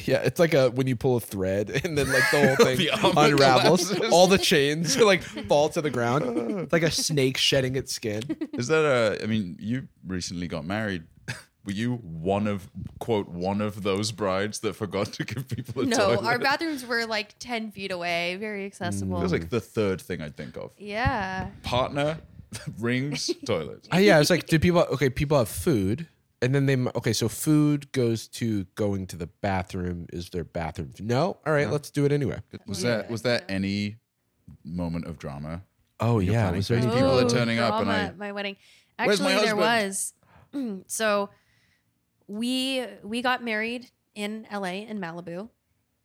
S1: yeah. It's like a when you pull a thread and then like the whole thing
S2: The arm
S1: unravels,
S2: collapses.
S1: all the chains like fall to the ground, It's like a snake shedding its skin.
S2: Is that a? I mean, you recently got married. Were you one of quote one of those brides that forgot to give people a
S3: No,
S2: toilet?
S3: our bathrooms were like 10 feet away, very accessible.
S2: It was like the third thing I'd think of.
S3: yeah.
S2: Partner, rings, toilet.
S1: Uh, yeah, it's like do people okay? People have food, and then they m- okay. So food goes to going to the bathroom. Is there bathroom? No. All right, let's do it anyway.
S2: Was that was that any moment of drama?
S1: Oh yeah,
S2: planning
S1: was there
S2: crazy
S1: any
S2: people
S1: people?
S2: are
S3: Oh,
S2: turning up and
S3: drama
S2: I-
S3: at my wedding.
S2: Where's my
S3: Actually, there
S2: husband?
S3: was. so we we got married in LA in Malibu,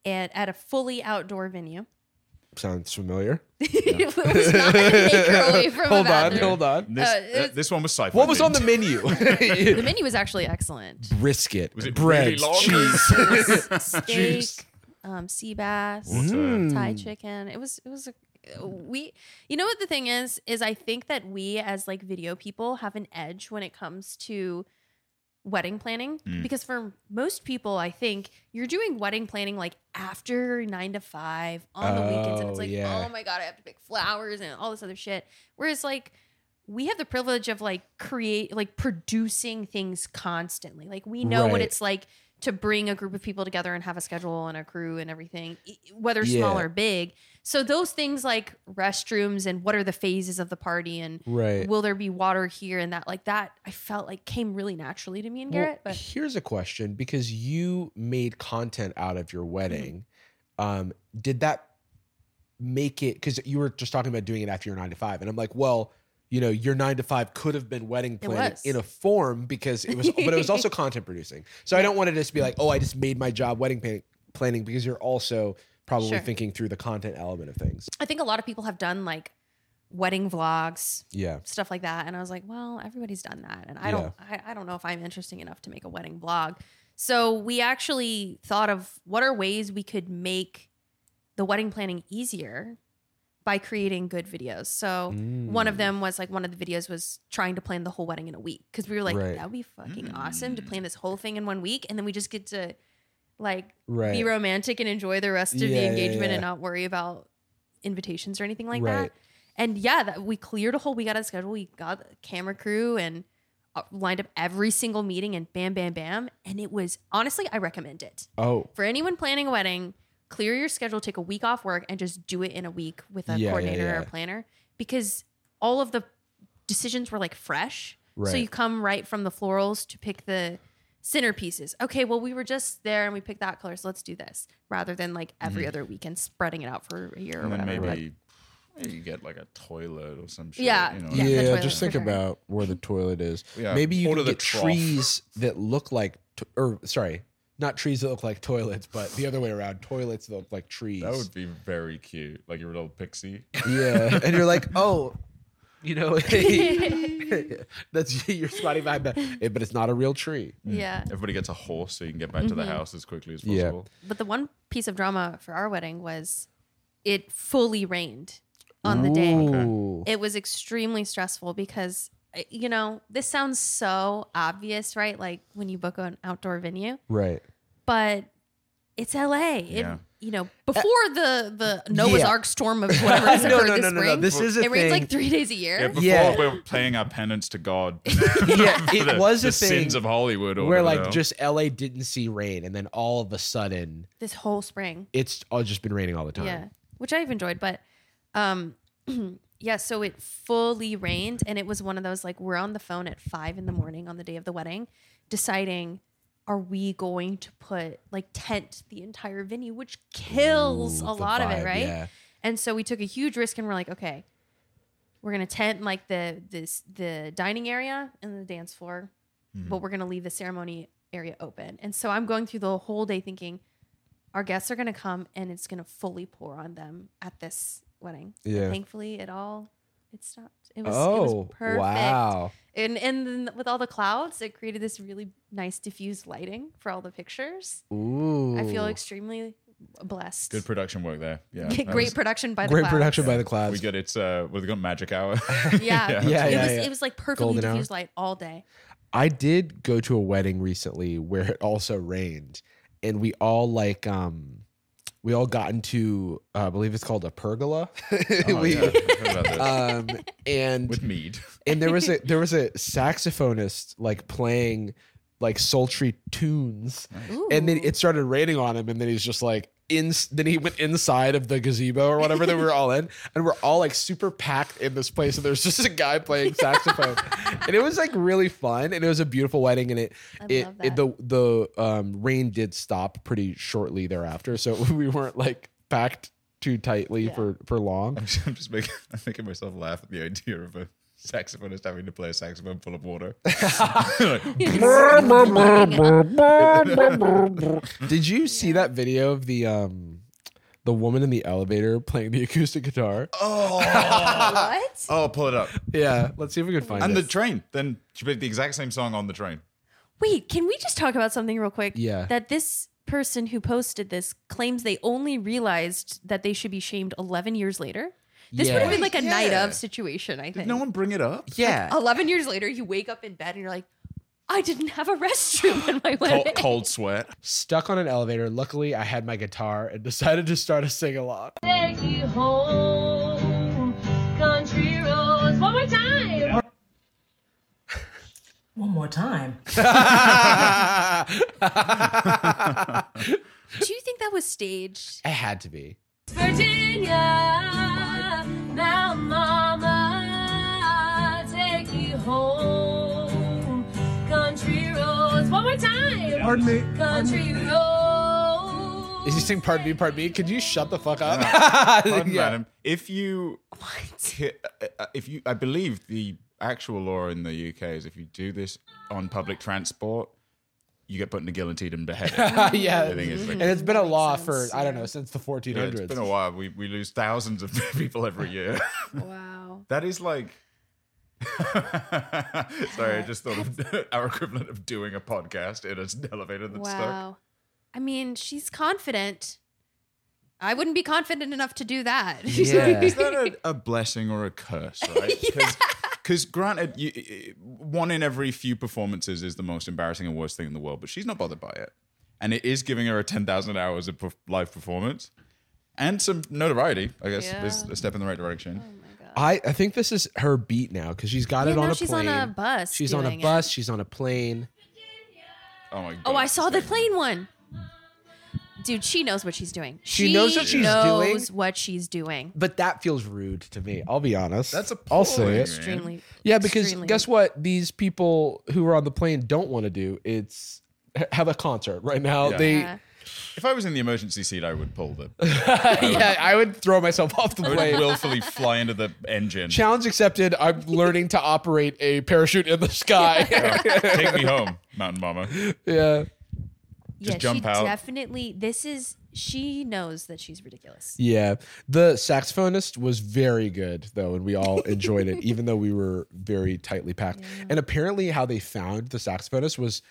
S3: and at a fully outdoor venue.
S1: Sounds familiar.
S3: it was not an acre away from a
S1: hold on,
S3: bathroom.
S1: hold on.
S2: This,
S3: Uh,
S2: uh, this one was cypher.
S1: What was on the menu?
S3: The menu was actually excellent.
S1: Brisket,
S2: Was it
S1: bread,
S2: really long?
S1: cheese.
S3: Steak, um, sea bass,
S1: Mm.
S3: Thai chicken. It was it was a, we. You know what the thing is is I think that we as like video people have an edge when it comes to wedding planning
S1: Hmm.
S3: because for most people I think you're doing wedding planning like after 9 to 5 on the weekends and it's
S1: Oh,
S3: like
S1: yeah.
S3: oh my god I have to pick flowers and all this other shit whereas like we have the privilege of like create like producing things constantly like we know what
S1: Right.
S3: it's like to bring a group of people together and have a schedule and a crew and everything e- whether small
S1: Yeah.
S3: or big so those things like restrooms and what are the phases of the party and
S1: Right.
S3: will there be water here and that like that i felt like came really naturally to me and garrett
S1: Well,
S3: but
S1: here's a question because you made content out of
S3: Mm-hmm.
S1: your wedding. Um, did that make it? Because you were just talking about doing it after your nine to five, and I'm like, well, you know, your nine to five could have been wedding planning
S3: was.
S1: in a form because it was, but it was also content producing. So I don't want to just be
S3: Mm.
S1: like, oh, I just made my job wedding plan- planning because you're also probably
S3: Sure.
S1: thinking through the content element of things.
S3: i think a lot of people have done like wedding vlogs
S1: Yeah.
S3: stuff like that. And I was like, well, everybody's done that. And I don't I, I don't know if I'm interesting enough to make a wedding blog. So we actually thought of what are ways we could make the wedding planning easier by creating good videos. So
S1: Mm.
S3: one of them was like one of the videos was trying to plan the whole wedding in a week. Cause we were like,
S1: Right.
S3: that would be fucking awesome to plan this whole thing in one week. And then we just get to like
S1: Right.
S3: be romantic and enjoy the rest of
S1: Yeah,
S3: the
S1: yeah,
S3: engagement
S1: yeah.
S3: and not worry about invitations or anything like
S1: Right.
S3: that. And yeah, that we cleared a whole we got a schedule, we got a camera crew and uh, lined up every single meeting and bam bam bam and it was honestly I recommend it.
S1: Oh,
S3: For anyone planning a wedding, clear your schedule, take a week off work and just do it in a week with a
S1: Yeah, yeah,
S3: coordinator or a
S1: yeah.
S3: planner because all of the decisions were like fresh. So
S1: Right.
S3: you come right from the florals to pick the centerpieces. Okay, well, we were just there and we picked that color, so let's do this rather than like every
S1: Mm-hmm.
S3: other weekend spreading it out for a year or
S2: And then
S3: whatever. but-
S2: maybe, maybe you get like a toilet or some shit.
S3: Yeah,
S2: You know?
S3: yeah. the
S1: yeah,
S3: toilet
S1: just
S3: for
S1: think
S3: sure.
S1: about where the toilet is.
S2: Yeah,
S1: Maybe you
S2: order
S1: can
S2: the
S1: get
S2: trough.
S1: trees that look like, to- or sorry, not trees that look like toilets, but the other way around, toilets that look like trees.
S2: That would be very cute. Like your little pixie.
S1: yeah, and you're like, oh, you know, that's you're squatting behind that, Eh, but it's not a real tree.
S3: yeah.
S2: Everybody gets a horse so you can get back to the house as quickly as
S1: Yeah.
S2: possible.
S3: But the one piece of drama for our wedding was it fully rained on the day.
S1: Ooh.
S3: it was extremely stressful because I- you know this sounds so obvious right like when you book an outdoor venue
S1: right.
S3: but it's la It-
S2: Yeah.
S3: you know before the the noah's
S1: yeah.
S3: ark storm of whatever has
S1: No,
S3: occurred
S1: no,
S3: this
S1: no, no,
S3: spring
S1: no. This is a
S3: it rains
S1: thing.
S3: like three days a year
S2: Yeah, before
S1: Yeah.
S2: we were playing our penance to God.
S1: yeah,
S2: for
S1: it
S2: the-
S1: was a
S2: the
S1: thing
S2: sins of Hollywood or
S1: where
S2: whatever the
S1: like
S2: hell.
S1: just LA didn't see rain, and then all of a sudden,
S3: this whole spring
S1: it's all just been raining all the time.
S3: Yeah, which I've enjoyed, but um, yeah. So it fully rained, and it was one of those like we're on the phone at five in the morning on the day of the wedding, deciding are we going to put like tent the entire venue, which kills
S1: Ooh,
S3: a
S1: the
S3: lot of
S1: vibe,
S3: it, right?
S1: yeah.
S3: And so we took a huge risk, and we're like, okay, we're gonna tent like the this the dining area and the dance floor,
S1: Mm-hmm.
S3: but we're gonna leave the ceremony area open. And so I'm going through the whole day thinking our guests are gonna come and it's gonna fully pour on them at this wedding. And
S1: Yeah.
S3: thankfully, it all It stopped. It was, it
S1: Oh,
S3: was perfect. And and then with all the clouds, it created this really nice diffused lighting for all the pictures.
S1: Ooh.
S3: I feel extremely blessed.
S2: Good production work there. Yeah.
S3: Great
S2: that was-
S3: production by the
S1: great
S3: clouds.
S1: production by the clouds.
S2: We got it's uh what they got magic hour.
S3: Yeah.
S2: Yeah.
S1: Yeah,
S3: it
S1: yeah,
S3: was
S1: yeah.
S3: it was like perfectly
S1: Golden hour.
S3: diffused light all day.
S1: I did go to a wedding recently where it also rained, and we all like um, we all got into uh, I believe it's called a pergola.
S2: Oh,
S1: we,
S2: yeah. I heard about this.
S1: um, and
S2: With mead.
S1: and there was a there was a saxophonist like playing like sultry tunes,
S3: Ooh.
S1: and then it started raining on him, and then he's just like. In, then he went inside of the gazebo or whatever that we were all in, and we're all like super packed in this place. And there's just a guy playing saxophone, and it was like really fun, and it was a beautiful wedding, and it
S3: I
S1: it,
S3: love that.
S1: it the the um, rain did stop pretty shortly thereafter, so we weren't like packed too tightly
S3: Yeah.
S1: for for long.
S2: I'm just, I'm just making I'm making myself laugh at the idea of a saxophonist having to play a saxophone full of water.
S1: Did you see that video of the um the woman in the elevator playing the acoustic guitar?
S2: oh,
S3: what?
S2: oh, pull it up.
S1: Yeah, let's see if we can find
S2: And
S1: it.
S2: the train. Then she played the exact same song on the train.
S3: Wait, can we just talk about something real quick?
S1: Yeah.
S3: That this person who posted this claims they only realized that they should be shamed 11 years later. This would have been like a night
S2: Yeah.
S3: of situation, I think.
S2: Did no one bring it up?
S1: yeah.
S3: 11 years later, you wake up in bed and you're like, I didn't have a restroom in my
S2: Cold,
S3: wedding.
S2: cold sweat.
S1: Stuck on an elevator. Luckily, I had my guitar and decided to start a sing along.
S4: Take you home, country roads. One more time.
S5: One more time.
S3: Do you think that was staged?
S1: It had to be.
S4: Virginia, now mama, take you home. Country roads, one more time. Pardon me. Country roads.
S1: Is he saying pardon me, pardon me? Could you shut the fuck up?
S2: Pardon,
S1: Yeah.
S2: madam. If you, ki- uh, uh, if you, I believe the actual law in the UK is if you do this on public transport, you get put in a guillotine and beheaded. I
S1: yeah.
S2: think it's like-
S1: And it's been a law for I don't know since the 1400s.
S2: Yeah, it's been a while. We we lose thousands of people every year.
S3: Wow.
S2: That is like. Sorry, I just thought of our equivalent of doing a podcast in an elevator that's stuck.
S3: Wow. I mean, she's confident. I wouldn't be confident enough to do that.
S1: Yeah.
S2: Is that a, a blessing or a curse, right? Because granted, you, i- i- one in every few performances is the most embarrassing and worst thing in the world, but she's not bothered by it. And it is giving her 10,000 hours of perf- live performance and some notoriety, I guess, is
S3: Yeah.
S2: a step in the right direction.
S1: I, I think this is her beat now because she's got
S3: Yeah,
S1: it on
S3: now
S1: a
S3: she's on
S1: plane.
S3: a bus
S1: She's on a
S3: doing it.
S1: bus. She's on a plane.
S2: Oh my God.
S3: Oh, I
S2: it's
S3: saw the
S2: like-
S3: plain one. Dude, she knows what she's doing.
S1: She knows what she's doing.
S3: knows what she's doing.
S1: But that feels rude to me. I'll be honest.
S2: That's a
S1: I'll say it.
S2: man.
S3: Extremely.
S1: Yeah, because
S3: extremely-
S1: guess what? These people who are on the plane don't want to do. It's h- have a concert right now.
S2: Yeah.
S1: They
S3: Yeah.
S1: yeah.
S2: If I was in the emergency seat, I would pull the.
S1: I would throw myself off the
S2: I would
S1: plane.
S2: willfully fly into the engine.
S1: Challenge accepted. I'm learning to operate a parachute in the sky.
S2: Take me home, Mountain Mama.
S1: yeah.
S3: yeah,
S2: jump
S3: she
S2: out.
S3: definitely. This is. She knows that she's ridiculous.
S1: Yeah. The saxophonist was very good though, and we all enjoyed it, even though we were very tightly packed. And apparently how they found the saxophonist was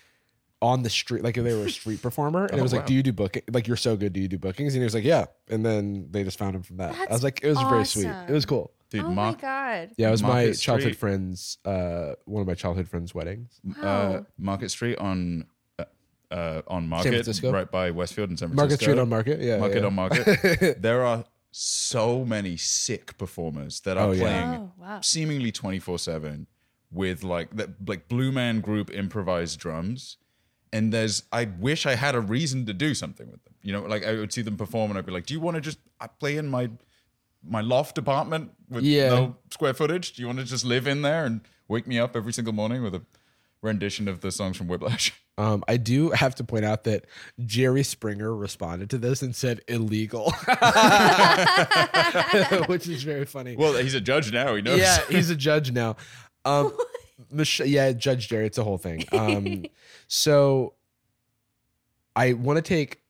S1: on the street, like they were a street performer, and it
S2: Oh,
S1: was
S2: wow.
S1: like, "Do you do booking? Like you're so good. Do you do bookings?" And he was like, "Yeah." And then they just found him from that. I was
S3: That's
S1: like, "It was very sweet. It was
S3: awesome.
S1: cool."
S2: Dude,
S3: oh
S2: Mark,
S3: my god.
S1: Yeah, it was my
S2: Market
S1: childhood
S2: Street.
S1: friend's, uh, one of my childhood friends' weddings.
S2: uh,
S3: Wow.
S2: Market Street on uh, uh, on Market,
S1: Francisco?
S2: right by Westfield in San Francisco.
S1: Market Street on Market. Yeah,
S2: Market
S1: yeah.
S2: on Market. there are so many sick performers that are
S1: Oh, yeah.
S2: playing
S3: Oh wow.
S2: seemingly twenty four seven with like that like Blue Man Group improvised drums. And there's, I wish I had a reason to do something with them. You know, like I would see them perform, and I'd be like, "Do you want to just I play in my my loft apartment with
S1: Yeah.
S2: no square footage? Do you want to just live in there and wake me up every single morning with a rendition of the songs from Whiplash?"
S1: Um, I do have to point out that Jerry Springer responded to this and said illegal, which is very funny.
S2: Well, he's a judge now. He knows.
S1: yeah, he's a judge now. Um, Mich- yeah, Judge Jerry. It's a whole thing. Um, so I want to take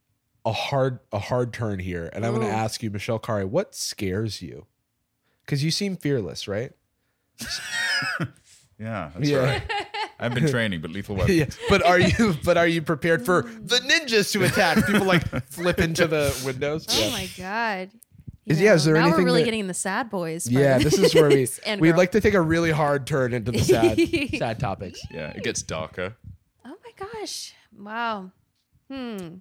S1: a hard a hard turn here, and I'm going
S3: Ooh.
S1: to ask you, Michelle Kari, what scares you? Because you seem fearless, right?
S2: Yeah, that's
S1: Yeah.
S2: right. I've been training, but lethal weapon.
S1: Yeah, but are you but are you prepared for
S3: Mm.
S1: the ninjas to attack? People like flip into the windows.
S3: Oh my god.
S1: Is- yeah, is there
S3: now
S1: anything
S3: we're really
S1: that-
S3: getting in the sad boys. part
S1: Yeah,
S3: of
S1: this is where we
S3: this. And
S1: we'd
S3: girl.
S1: like to take a really hard turn into the sad sad topics.
S2: Yeah, it gets darker.
S3: Oh my gosh! Wow. Hmm.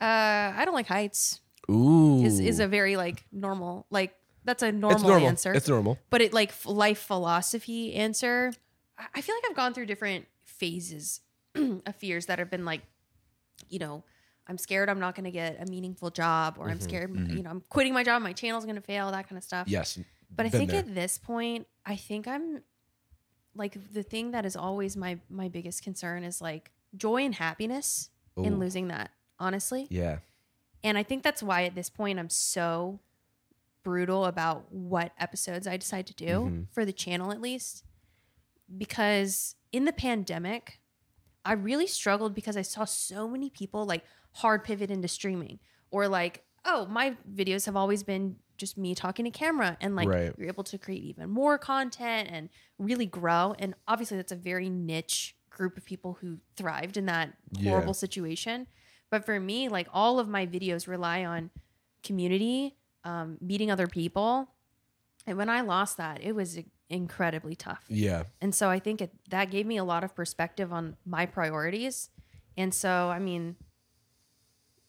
S3: Uh, I don't like heights.
S1: Ooh,
S3: Is is a very like normal like that's a normal,
S1: it's normal.
S3: answer.
S1: It's normal.
S3: but it like f- life philosophy answer. I I feel like I've gone through different phases of fears that have been like, you know, I'm scared I'm not going to get a meaningful job, or I'm
S1: Mm-hmm,
S3: scared, you know, I'm quitting my job, my channel's going to fail, that kind of stuff.
S1: Yes,
S3: But I
S1: been
S3: think
S1: there.
S3: at this point, I think I'm like the thing that is always my my biggest concern is like joy and happiness
S1: Ooh.
S3: in losing that, honestly.
S1: yeah,
S3: And I think that's why at this point I'm so brutal about what episodes I decide to do
S1: Mhm.
S3: for the channel at least. Because in the pandemic, I really struggled because I saw so many people like hard pivot into streaming or like, oh, my videos have always been just me talking to camera and like
S1: Right.
S3: you're able to create even more content and really grow. And obviously that's a very niche group of people who thrived in that
S1: Yeah.
S3: horrible situation. But for me, like all of my videos rely on community, um, meeting other people. And when I lost that, it was incredibly tough.
S1: yeah.
S3: And so I think it, that gave me a lot of perspective on my priorities. And so, I mean,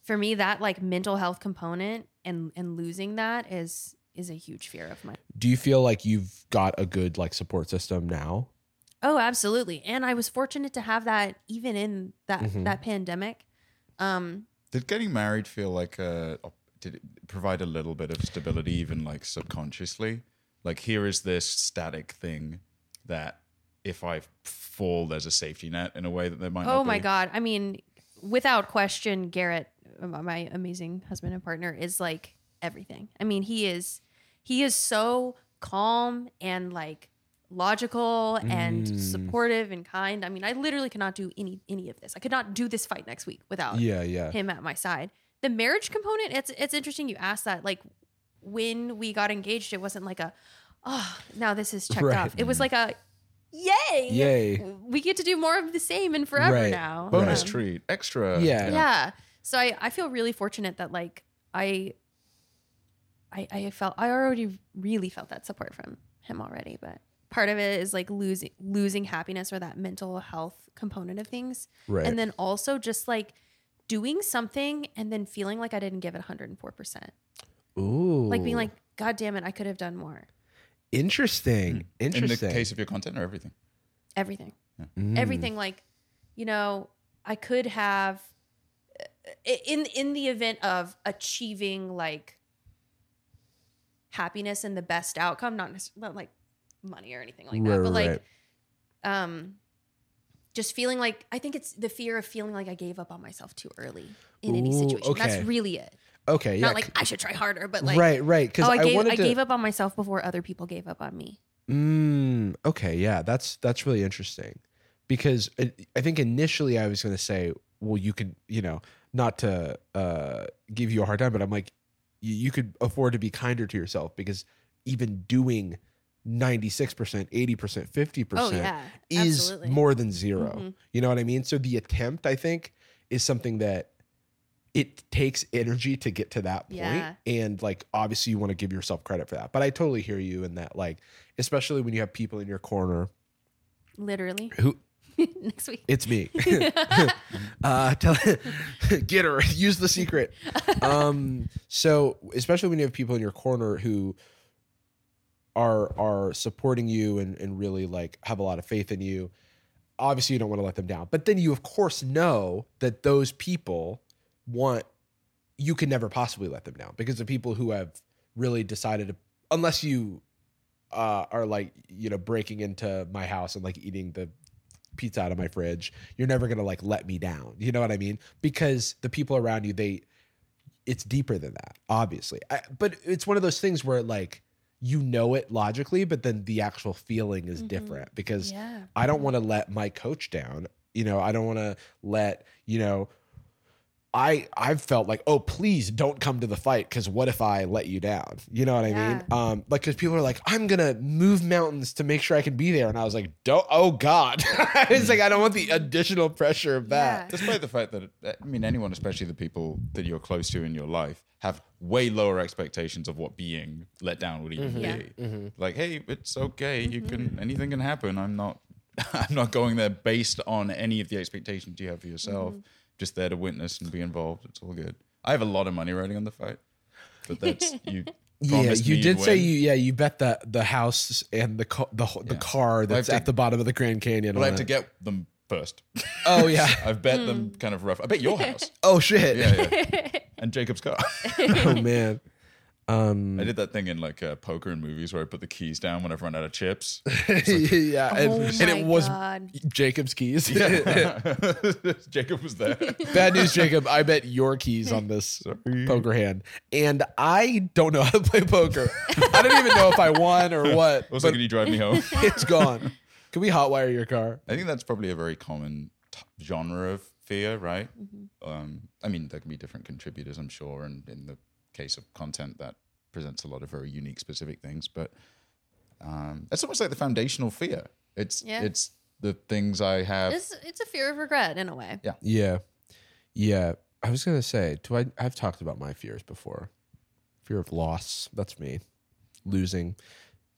S3: for me, that like mental health component and and losing that is is a huge fear of mine.
S1: Do you feel like you've got a good like support system now?
S3: Oh, absolutely. And I was fortunate to have that even in that
S2: Mm-hmm.
S1: Mhm.
S3: that pandemic. Um,
S2: Did getting married feel like a did it provide a little bit of stability, even like subconsciously? Like here is this static thing that if I fall, there's a safety net in a way that there might.
S3: Oh
S2: not
S3: my
S2: be.
S3: god! I mean, without question, Garrett, uh, my amazing husband and partner, is like everything. I mean, he is he is so calm and like logical and
S1: Mm.
S3: supportive and kind. I mean, I literally cannot do any any of this. I could not do this fight next week without
S1: Yeah, yeah.
S3: Uh, him at my side. The marriage component, it's it's interesting you asked that. Like when we got engaged, it wasn't like a oh now this is checked
S1: Right.
S3: off. It was like a yay.
S1: Yay.
S3: We get to do more of the same and forever
S1: Right.
S3: now. Um,
S2: bonus
S1: Right.
S2: treat, extra.
S1: Yeah.
S3: Yeah. So I, I feel really fortunate that like I I I felt I already really felt that support from him already, but part of it is like losing losing happiness or that mental health component of things.
S1: Right.
S3: And then also just like doing something and then feeling like I didn't give it 104%.
S1: Ooh,
S3: Like being like, God damn it, I could have done more.
S1: interesting,
S2: In the
S1: interesting.
S2: case of your content or everything.
S3: Everything.
S1: Mm.
S3: Everything like, you know, I could have uh, i- in in the event of achieving like happiness and the best outcome, not necessarily like money or anything like that,
S1: Right,
S3: but like
S1: right.
S3: um just feeling like I think it's the fear of feeling like I gave up on myself too early in any
S1: Ooh,
S3: situation.
S1: okay.
S3: That's really it.
S1: Okay, yeah,
S3: not like I should try harder, but like
S1: right, right. Because
S3: oh,
S1: I,
S3: I, gave,
S1: wanted
S3: I
S1: to.
S3: gave up on myself before other people gave up on me.
S1: Mm, okay, yeah, that's that's really interesting because I, I think initially I was going to say, well, you could, you know, not to uh, give you a hard time, but I'm like, you, you could afford to be kinder to yourself because even doing 96%, 80%, 50%
S3: Oh yeah,
S1: is
S3: absolutely.
S1: more than 0
S3: Mhm.
S1: You know what I mean? So the attempt, I think, is something that it takes energy to get to that point.
S3: Yeah.
S1: And like, obviously, you want to give yourself credit for that. But I totally hear you in that, like, especially when you have people in your corner
S3: literally
S1: who
S3: next week.
S1: it's me. uh, tell, get her. Use the secret. Um, so, especially when you have people in your corner who are are supporting you and and really like have a lot of faith in you. Obviously, you don't want to let them down, but then you of course know that those people want you can never possibly let them down because the people who have really decided to, unless you uh, are like you know breaking into my house and like eating the pizza out of my fridge you're never gonna like let me down you know what i mean because the people around you they it's deeper than that obviously I, but it's one of those things where like you know it logically but then the actual feeling is
S3: Mhm.
S1: different because
S3: Yeah.
S1: I don't want to let my coach down. You know, I don't want to let, you know, I I've felt like, oh, please don't come to the fight because what if I let you down? You know what I mean? Um, like because people are like, I'm gonna move mountains to make sure I can be there, and I was like, don't, oh God, it's like I don't want the additional pressure of that.
S2: Despite the fact that, I mean, anyone, especially the people that you're close to in your life, have way lower expectations of what being let down would even
S3: Yeah.
S2: be. Like, hey, it's okay. You can anything can happen. I'm not. I'm not going there based on any of the expectations you have for yourself. Just there to witness and be involved. It's all good. I have a lot of money riding on the fight, but that's you.
S1: Yeah,
S2: promised
S1: you
S2: me you'd
S1: did say
S2: win.
S1: you yeah you bet the the house and the ca- the ho- the car that's
S2: to-
S1: at the bottom of the Grand Canyon.
S2: But I
S1: on
S2: have to
S1: it.
S2: get them first.
S1: oh yeah,
S2: I've bet them kind of rough. I bet your house.
S1: oh shit,
S2: Yeah, yeah. and Jacob's car.
S1: oh man.
S2: I
S1: Mm.
S2: did that thing in like uh, poker and movies where I put the keys down when I've run out of chips.
S1: yeah, and,
S3: Oh
S1: and it
S3: my
S1: was
S3: God.
S1: Jacob's keys.
S2: Jacob was there.
S1: Bad news, Jacob. I bet your keys on this poker hand, and I don't know how to play poker. I don't even know if I won or what,
S2: Also,
S1: but
S2: can you drive me home?
S1: it's gone. Can we hotwire your car?
S2: I think that's probably a very common t- genre of fear, right? Um, I mean, there can be different contributors, I'm sure, and in the case of content, that presents a lot of very unique, specific things. But um, that's almost like the foundational fear. It's
S3: Yeah.
S2: it's the things I have.
S3: It's, it's a fear of regret in a way.
S1: Yeah, yeah. I was gonna say, do I? I've talked about my fears before. Fear of loss. That's me. Losing,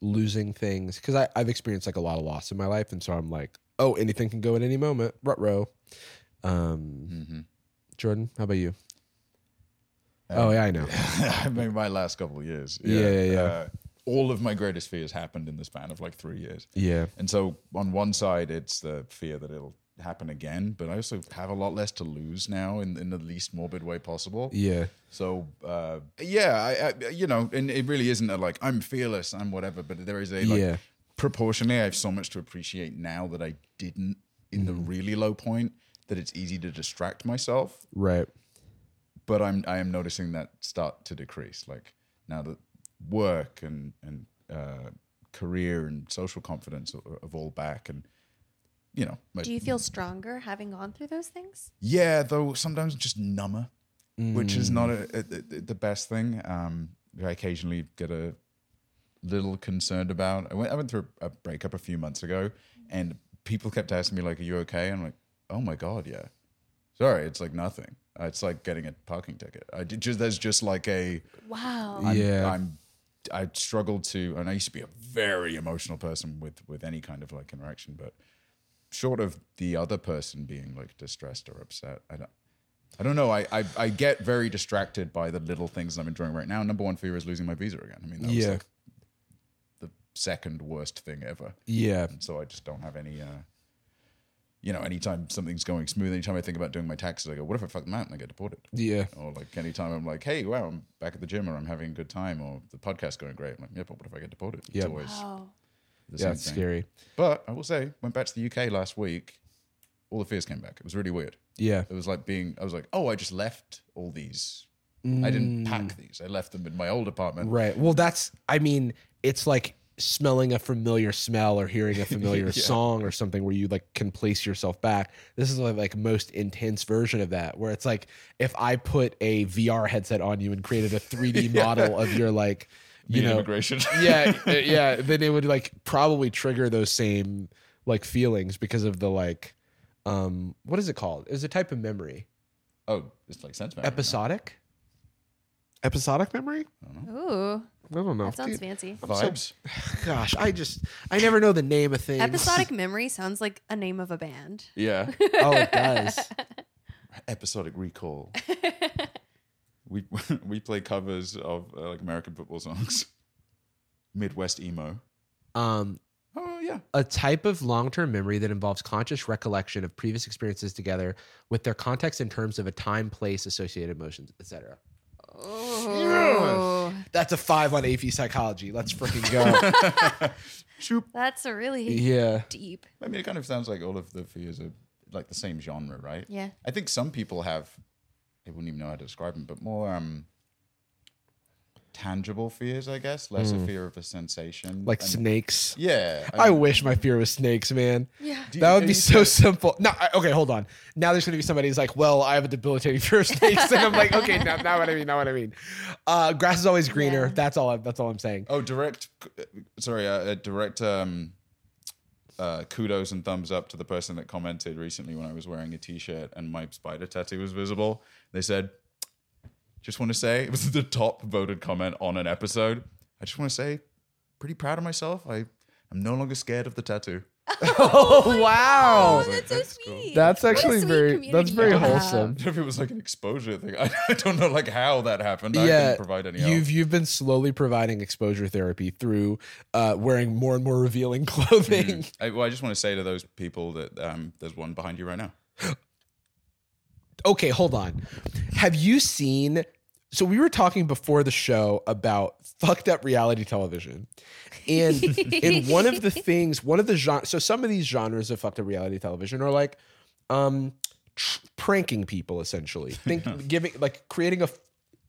S1: losing things because I I've experienced like a lot of loss in my life, and so I'm like, oh, anything can go at any moment. Rut row. Um,
S2: Mhm.
S1: Jordan, how about you?
S2: Uh,
S1: oh yeah, I know.
S2: I mean, my last couple of years.
S1: Yeah, yeah, yeah.
S2: Uh, all of my greatest fears happened in the span of like three years.
S1: Yeah.
S2: And so, on one side, it's the fear that it'll happen again, but I also have a lot less to lose now in, in the least morbid way possible.
S1: Yeah.
S2: So, uh, yeah, I, I, you know, and it really isn't a like, I'm fearless, I'm whatever, but there is a like,
S1: Yeah.
S2: proportionally, I have so much to appreciate now that I didn't in
S1: Mm-hmm.
S2: the really low point that it's easy to distract myself
S1: Right.
S2: but I'm I am noticing that start to decrease. Like now that work and and uh, career and social confidence are, are all back, and you know, my,
S3: Do you feel stronger having gone through those things?
S2: yeah, though sometimes just number, which is not
S3: Mm.
S2: a, a, a- the best thing. Um, I occasionally get a little concerned about. I went, I went through a breakup a few months ago, and people kept asking me like, "Are you okay?" And I'm like, "Oh my god, yeah." Sorry, it's like nothing. Uh, It's like getting a parking ticket. I did just there's just like a
S3: Wow.
S2: I'm,
S1: Yeah.
S2: I'm I struggled to, and I used to be a very emotional person with with any kind of like interaction, but short of the other person being like distressed or upset, I don't. I don't know. I, I I get very distracted by the little things that I'm enjoying right now. Number one fear is losing my visa again. I mean, that was
S1: Yeah.
S2: like the second worst thing ever.
S1: Yeah.
S2: And so I just don't have any. Uh, you know, anytime something's going smooth, anytime I think about doing my taxes, I go, "What if I fuck them out and I get deported?"
S1: Yeah.
S2: or like anytime I'm like, hey, wow, I'm back at the gym or I'm having a good time or the podcast's going great. I'm like, yeah, but what if I get deported?
S1: Yeah.
S2: It's always
S3: Wow.
S2: the
S1: Yeah.
S2: same
S1: It's
S2: thing.
S1: scary.
S2: But I will say, went back to the UK last week, all the fears came back. It was really weird.
S1: Yeah.
S2: It was like being, I was like, oh, I just left all these. I didn't pack these. I left them in my old apartment.
S1: Hmm. Right. Well, that's. I mean, it's like smelling a familiar smell or hearing a familiar song or something where you like can place yourself back. This is like, like most intense version of that, where it's like if I put a VR headset on you and created a 3D model of your like, you
S2: The
S1: know,
S2: immigration.
S1: yeah, uh, yeah. Then it would like probably trigger those same like feelings because of the like, um, what is it called? It's a type of memory.
S2: oh, it's like sense memory.
S1: Episodic. Episodic memory?
S3: Ooh.
S1: I don't know.
S3: That sounds
S1: Dude,
S3: fancy.
S2: now. Vibes.
S1: Gosh, I just I never know the name of things.
S3: Episodic memory sounds like a name of a band.
S2: yeah.
S1: oh, it does.
S2: Episodic recall. we we play covers of uh, like American football songs. Midwest emo.
S1: Um,
S2: Oh yeah.
S1: a type of long-term memory that involves conscious recollection of previous experiences together with their context in terms of a time, place, associated emotions, etc.
S3: Oh,
S1: That's a five on AP psychology. Let's freaking go.
S3: that's a really
S1: yeah.
S3: deep.
S2: I mean, it kind of sounds like all of the fears are like the same genre, right?
S3: Yeah.
S2: I think some people have, I wouldn't even know how to describe them, but more um, tangible fears, I guess, less a fear of a sensation.
S1: Hmm. like
S2: And-
S1: snakes.
S2: yeah.
S1: I
S2: mean,
S1: wish my fear was snakes, man.
S3: Yeah.
S2: do you-
S1: That would
S2: are
S1: be
S2: you
S1: so simple. No, I, okay, hold on. Now there's gonna be somebody who's like, "Well, I have a debilitating fear of snakes," and I'm like, "Okay, now, now what I mean, now what I mean." Uh, grass is always greener.
S3: Yeah.
S1: That's all. I, that's all I'm saying.
S2: Oh, direct. Sorry, uh, uh, direct. Um, uh, kudos and thumbs up to the person that commented recently when I was wearing a T-shirt and my spider tattoo was visible. They said, "Just want to say it was the top voted comment on an episode. I just want to say, pretty proud of myself. I am no longer scared of the tattoo.
S1: Oh, wow,
S3: Oh, that's so
S2: That's cool.
S3: sweet.
S1: that's
S3: What a
S1: actually
S3: sweet
S1: very
S3: community
S1: that's very
S3: you have.
S1: wholesome.
S2: If it was like an exposure thing, I, I don't know like how that happened. I
S1: yeah,
S2: didn't provide any. help.
S1: you've you've been slowly providing exposure therapy through uh, wearing more and more revealing clothing.
S2: Mm. I, well, I just want to say to those people that um, there's one behind you right now.
S1: okay, hold on. Have you seen? So we were talking before the show about fucked up reality television, and in one of the things, one of the genres. So some of these genres of fucked up reality television are like, um, tr- pranking people essentially, think giving like creating a. f-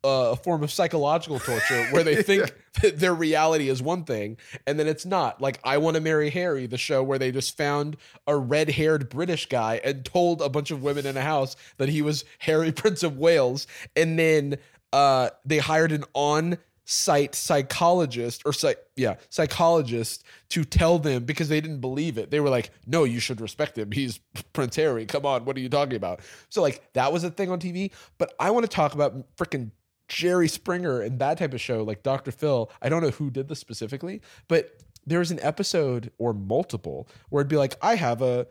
S1: Uh, a form of psychological torture where they think that their reality is one thing and then it's not. Like, I Want to Marry Harry, the show where they just found a red haired British guy and told a bunch of women in a house that he was Harry, Prince of Wales. And then uh, they hired an on site psychologist or psych yeah psychologist to tell them because they didn't believe it they were like no you should respect him he's prince harry come on what are you talking about so like that was a thing on tv but i want to talk about freaking jerry springer and that type of show like dr phil i don't know who did this specifically but there was an episode or multiple where it'd be like i have a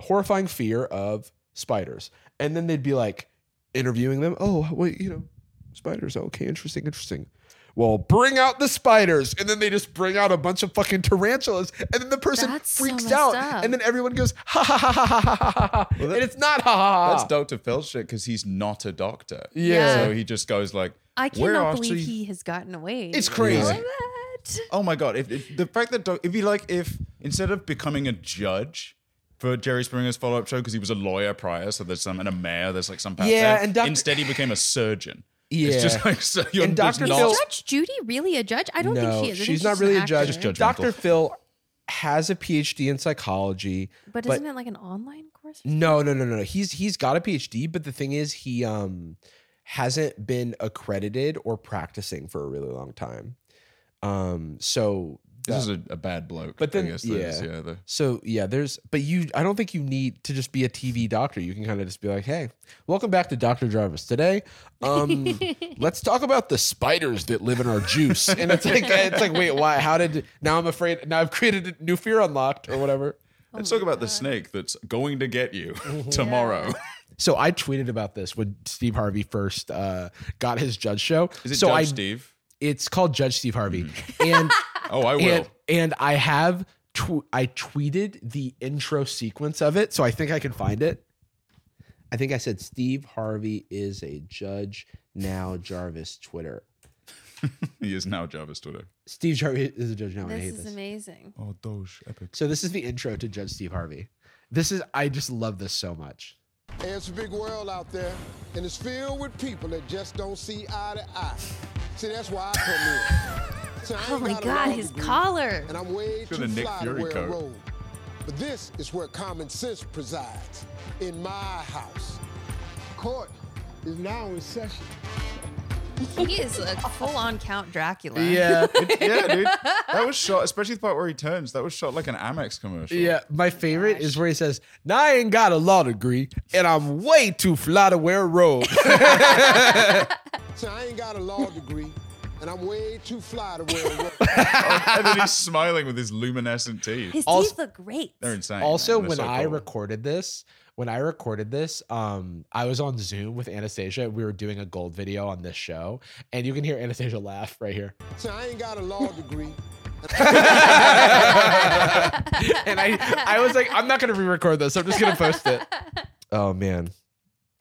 S1: horrifying fear of spiders. And then they'd be like interviewing them. Oh, well, you know, spiders. Okay, interesting, interesting. Well, bring out the spiders. And then they just bring out a bunch of fucking tarantulas. And then the person
S3: That's so
S1: freaks
S3: messed
S1: out.
S3: up.
S1: And then everyone goes, ha ha ha ha ha ha ha ha. ha.
S2: Well, that-
S1: and it's not ha ha ha.
S2: That's Dr. Phil's shit because he's not a doctor.
S1: Ah. Yeah.
S2: So he just goes like,
S3: I
S2: "We're
S3: cannot believe
S2: actually-
S3: he has gotten away.
S1: It's crazy.
S3: with that.
S2: Oh my god! If, if the fact that doc- it'd be like if instead of becoming a judge for Jerry Springer's follow-up show because he was a lawyer prior, so there's some and a mayor, there's like some path
S1: Yeah,
S2: there,
S1: and doc-
S2: instead he became a surgeon.
S1: Yeah.
S2: It's just like so you're
S1: And
S2: there's
S1: Dr.
S2: not-
S1: Phil-
S3: Is Judge Judy really a judge? I don't
S1: no,
S3: think she is. I think
S1: she's not
S3: just
S1: really
S3: an
S1: a judge.
S3: actor.
S2: Just judge.
S1: Dr.
S2: Judgmental.
S1: Phil has a PhD in psychology.
S3: But
S1: But-
S3: isn't it like an online course? or
S1: No, no, no, no, no. He's he's got a PhD, but the thing is, he um hasn't been accredited or practicing for a really long time. Um, so
S2: This is a, a bad bloke.
S1: But then-
S2: I guess that is,
S1: yeah.
S2: yeah. the-
S1: so yeah, there's but you I don't think you need to just be a TV doctor. You can kind of just be like, "Hey, welcome back to Dr. Jarvis. Today, um let's talk about the spiders that live in our juice." And it's like it's like, "Wait, why? How did now I'm afraid now I've created a new fear unlocked or whatever."
S2: Let's talk about the snake that's going to get you tomorrow.
S1: So I tweeted about this when Steve Harvey first uh, got his judge show.
S2: Is it
S1: so
S2: Judge
S1: I,
S2: Steve?
S1: It's called Judge Steve Harvey, and
S2: Oh, I will.
S1: and and I have tw- I tweeted the intro sequence of it, so I think I can find it. I think I said Steve Harvey is a judge now. Jarvis Twitter.
S2: he is now Jarvis Twitter.
S1: Steve Jarvis is a judge now. and I
S3: This
S1: hate
S3: is
S1: this.
S3: amazing.
S2: Oh, doge, epic.
S1: So this is the intro to Judge Steve Harvey. This is I just love this so much.
S5: Hey, it's a big world out there, and it's filled with people that just don't see eye to eye. See, that's why I come in. See, I
S3: Oh
S5: ain't
S3: my
S5: got a
S3: god,
S5: law
S3: his
S5: degree,
S3: collar.
S5: And I'm way
S2: Got
S5: too
S2: a Nick
S5: fly
S2: Fury
S5: to wear
S2: coat.
S5: a robe. But this is where common sense presides, in my house. Court is now in session.
S3: He is a full-on Count Dracula.
S1: Yeah.
S2: yeah, dude. That was shot, especially the part where he turns. That was shot like an Amex commercial.
S1: Yeah, my favorite is where he says, "Now I ain't got a law degree, and I'm way too fly to wear a robe."
S5: See, I ain't got a law degree, and I'm way too fly to wear a robe.
S2: and then he's smiling with his luminescent teeth.
S3: His
S1: Also-
S3: teeth look great.
S2: They're insane.
S1: also,
S2: man. They're
S1: when
S2: so
S1: I
S2: cool.
S1: recorded this, when I recorded this, um, I was on Zoom with Anastasia. We were doing a gold video on this show, and you can hear Anastasia laugh right here.
S5: See, I ain't got a law degree.
S1: And I, I was like, I'm not gonna re-record this. I'm just gonna post it. Oh man,
S2: do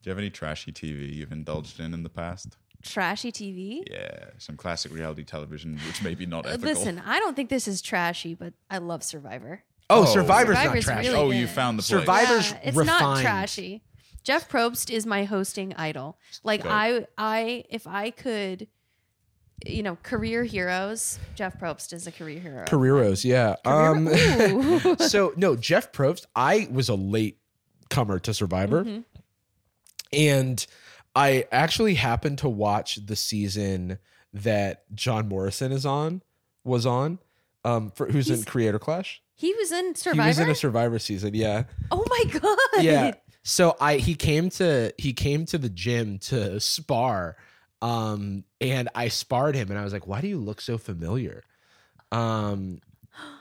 S2: you have any trashy TV you've indulged in in the past?
S3: Trashy TV.
S2: Yeah, some classic reality television, which maybe not
S3: Uh,
S2: ethical.
S3: Listen, I don't think this is trashy, but I love Survivor.
S1: oh,
S2: Oh.
S1: Survivor's,
S3: Survivor's
S1: not trash.
S3: really-
S2: oh, you
S3: good.
S2: found the place.
S1: Survive- Survivor's
S3: Yeah, it's
S1: refined.
S3: not trashy. Jeff Probst is my hosting idol. Like
S2: Dope.
S3: I I if I could you know, career heroes. Jeff Probst is a career hero.
S1: Careeros, yeah. Um,
S3: Ooh.
S1: so no, Jeff Probst, I was a late comer to Survivor.
S3: Mm-hmm.
S1: And I actually happened to watch the season that John Morrison is on was on. Um, for, who's in
S3: He's-
S1: Creator Clash?
S3: he was in
S1: He was
S3: Survivor.
S1: in a Survivor season, yeah.
S3: oh my god.
S1: yeah. So I he came to he came to the gym to spar, um, and I sparred him, and I was like, "Why do you look so familiar?" Um,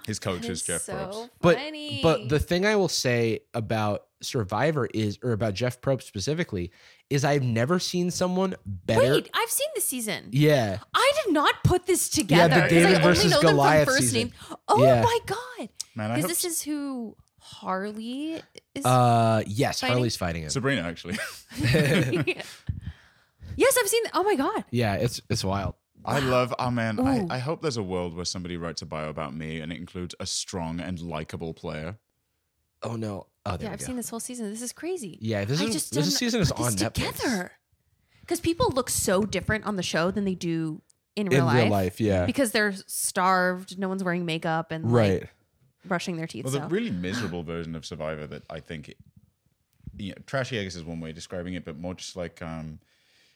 S2: His
S3: That
S2: coach is Jeff
S3: so
S2: Probst.
S1: but
S3: funny.
S1: but the thing I will say about Survivor is, or about Jeff Probst specifically, is I've never seen someone better.
S3: Wait, I've seen the season.
S1: Yeah,
S3: I did not put this
S1: Yeah,
S3: together.
S1: the
S3: 'cause
S1: David
S3: I
S1: versus
S3: only know
S1: Goliath
S3: them from first
S1: season.
S3: name. Oh
S1: Yeah.
S3: my god.
S2: Man, I
S3: Because
S2: hope
S3: this is who Harley is.
S1: uh, yes,
S3: Fighting?
S1: Harley's fighting him.
S2: Sabrina actually.
S3: yes, I've seen. Oh my god.
S1: yeah, it's it's wild.
S2: I love. Oh man, I,
S3: Ooh.
S2: I hope there's a world where somebody writes a bio about me and it includes a strong and likable player.
S1: Oh no, oh there
S3: Yeah,
S1: we
S3: I've
S1: go.
S3: seen this whole season. This is crazy.
S1: yeah, this
S3: I
S1: is
S3: just
S1: this
S3: didn't
S1: season is
S3: put this
S1: on Netflix.
S3: together. Because people look so different on the show than they do in
S1: in
S3: real life.
S1: real life. Yeah,
S3: Because they're starved, no one's wearing makeup and
S1: right.
S3: like brushing their teeth.
S2: Well,
S3: so.
S2: the really miserable version of Survivor that I think, you know, trashy, I guess, is one way of describing it, but more just like um,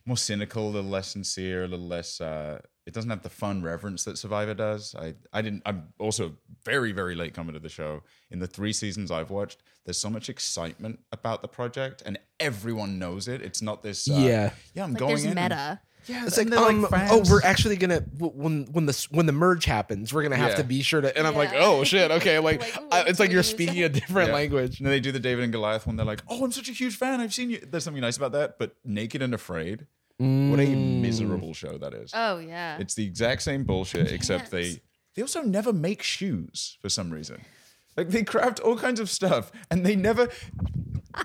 S2: more cynical, a little less sincere, a little less. Uh, it doesn't have the fun reverence that Survivor does. I, I didn't. I'm also very, very late coming to the show. In the three seasons I've watched, there's so much excitement about the project, and everyone knows it. It's not this. Uh,
S1: Yeah.
S2: yeah, I'm
S3: like
S2: going
S3: there's
S2: in. and-
S3: meta.
S2: Yeah,
S1: It's
S2: and
S1: like,
S2: they're
S1: um, oh,
S2: fans.
S1: we're actually gonna w- when when the s- when the merge happens, we're gonna have
S2: Yeah.
S1: to be sure to. And I'm like,
S3: Yeah.
S1: oh shit, okay, like,
S3: Like,
S1: I, it's like you're
S3: what do you
S1: speaking
S3: say?
S1: a different
S2: Yeah.
S1: language.
S2: And then they do the David and Goliath one. They're like, oh, I'm such a huge fan. I've seen you. There's something nice about that. But Naked and Afraid, what a miserable show that is.
S3: Oh yeah.
S2: it's the exact same bullshit, except
S3: Yes.
S2: they they also never make shoes for some reason. Like they craft all kinds of stuff, and they never.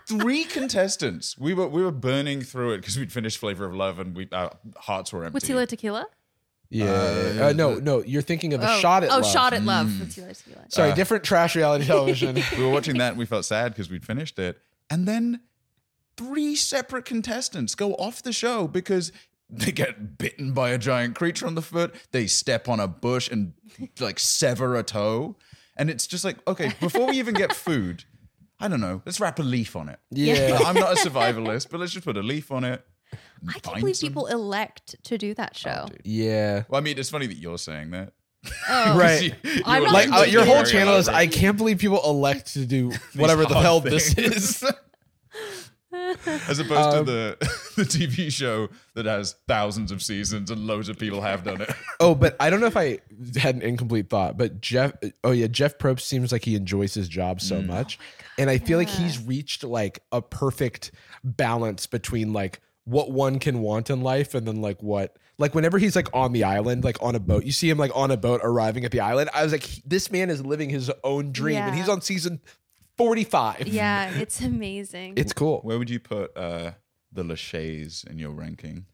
S2: Three contestants. We were we were burning through it because we'd finished Flavor of Love, and we our hearts were empty.
S3: With Tila Tequila?
S1: Yeah, uh, no, no, you're thinking of a
S3: oh.
S1: shot Mm. at.
S3: Oh,
S1: Love.
S3: shot at love. With Tila Tequila.
S1: Sorry, different trash reality television.
S2: we were watching that and we felt sad because we'd finished it. And then three separate contestants go off the show because they get bitten by a giant creature on the foot. They step on a bush and like sever a toe. And it's just like, okay, before we even get food, I don't know, let's wrap a leaf on it.
S1: yeah,
S2: I'm not a survivalist, but let's just put a leaf on it.
S3: I can't
S2: Find
S3: believe
S2: some- Oh,
S3: people elect to do that show.
S1: yeah.
S2: Well, I mean, it's funny that you're saying that.
S3: Oh,
S1: Right.
S2: You- you
S3: I'm
S2: were
S3: not
S1: Like
S3: Like,
S1: uh, your whole
S2: very
S1: channel is,
S2: elaborate.
S1: I can't believe people elect to do whatever the
S2: hard
S1: hell this
S2: things.
S1: is.
S2: As opposed to the the TV show that has thousands of seasons and loads of people have done it.
S1: Oh, but I don't know if I had an incomplete thought, but Jeff, oh yeah, Jeff Probst seems like he enjoys his job so much. and I feel like he's reached like a perfect balance between like what one can want in life and then like what, like whenever he's like on the island, like on a boat, you see him like on a boat arriving at the island. I was like, he- this man is living his own dream and
S3: Yeah.
S1: he's on season 45.
S3: Yeah, it's amazing.
S1: It's cool.
S2: Where would you put uh, the Lachey's in your ranking?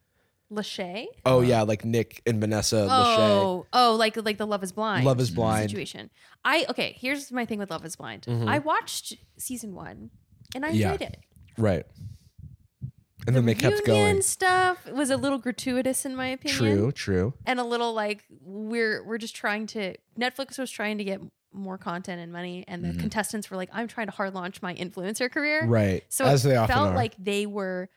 S3: Lachey?
S1: Oh yeah, like Nick and Vanessa Lachey.
S3: Oh, oh, like like the Love is Blind.
S1: Love is blind. Mm-hmm.
S3: situation. I okay. Here's my thing with Love is Blind. I watched season one, and I
S1: Yeah.
S3: enjoyed it.
S1: Right. And then they kept
S3: Union
S1: going.
S3: stuff was a little gratuitous in my opinion.
S1: True, true.
S3: And a little like we're we're just trying to Netflix was trying to get more content and money, and
S1: Mm-hmm.
S3: the contestants were like, I'm trying to hard launch my influencer career.
S1: Right.
S3: So
S1: as
S3: it
S1: they often
S3: felt
S1: are.
S3: like they were.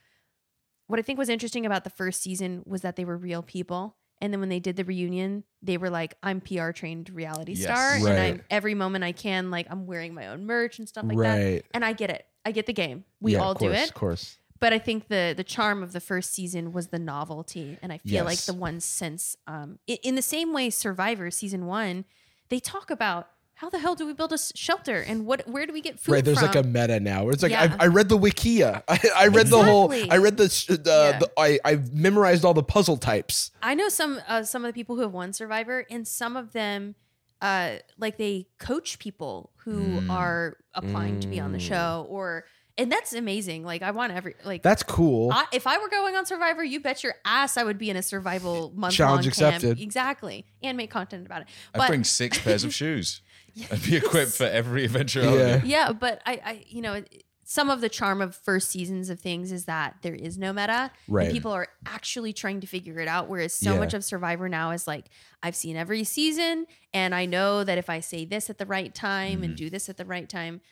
S3: What I think was interesting about the first season was that they were real people, and then when they did the reunion, they were like, "I'm PR trained reality
S2: Yes.
S3: star,
S1: Right.
S3: and I'm every moment I can like I'm wearing my own merch and stuff like that."
S1: right.
S3: And I get it. I get the game. We
S1: Yeah,
S3: all
S1: of course,
S3: do it.
S1: Of course.
S3: But I think the the charm of the first season was the novelty, and I feel like
S1: Yes.
S3: the one since, um, i- in the same way, Survivor season one, they talk about how the hell do we build a s- shelter and what where do we get food
S1: right. There's
S3: from?
S1: like a meta now. Where it's like
S3: Yeah.
S1: I, I read the wikia. I, I read the whole.
S3: Exactly.
S1: I read the. sh- the,
S3: Yeah.
S1: the I I memorized all the puzzle types.
S3: I know some uh, some of the people who have won Survivor, and some of them, uh, like they coach people who
S1: Mm.
S3: are applying to be on the show, or and that's amazing. Like I want every like
S1: That's cool.
S3: I, if I were going on Survivor, you bet your ass I would be in a survival month
S1: Challenge
S3: Camp.
S1: accepted.
S3: Exactly, and make content about it.
S2: I'd
S3: But
S2: bring six pairs of shoes. I'd be equipped for every eventuality.
S1: Yeah.
S3: yeah, but I, I you know. It, some of the charm of first seasons of things is that there is no meta.
S1: Right.
S3: And people are actually trying to figure it out. Whereas so
S1: Yeah.
S3: much of Survivor now is like, I've seen every season and I know that if I say this at the right time and
S1: Mm-hmm.
S3: do this at the right time.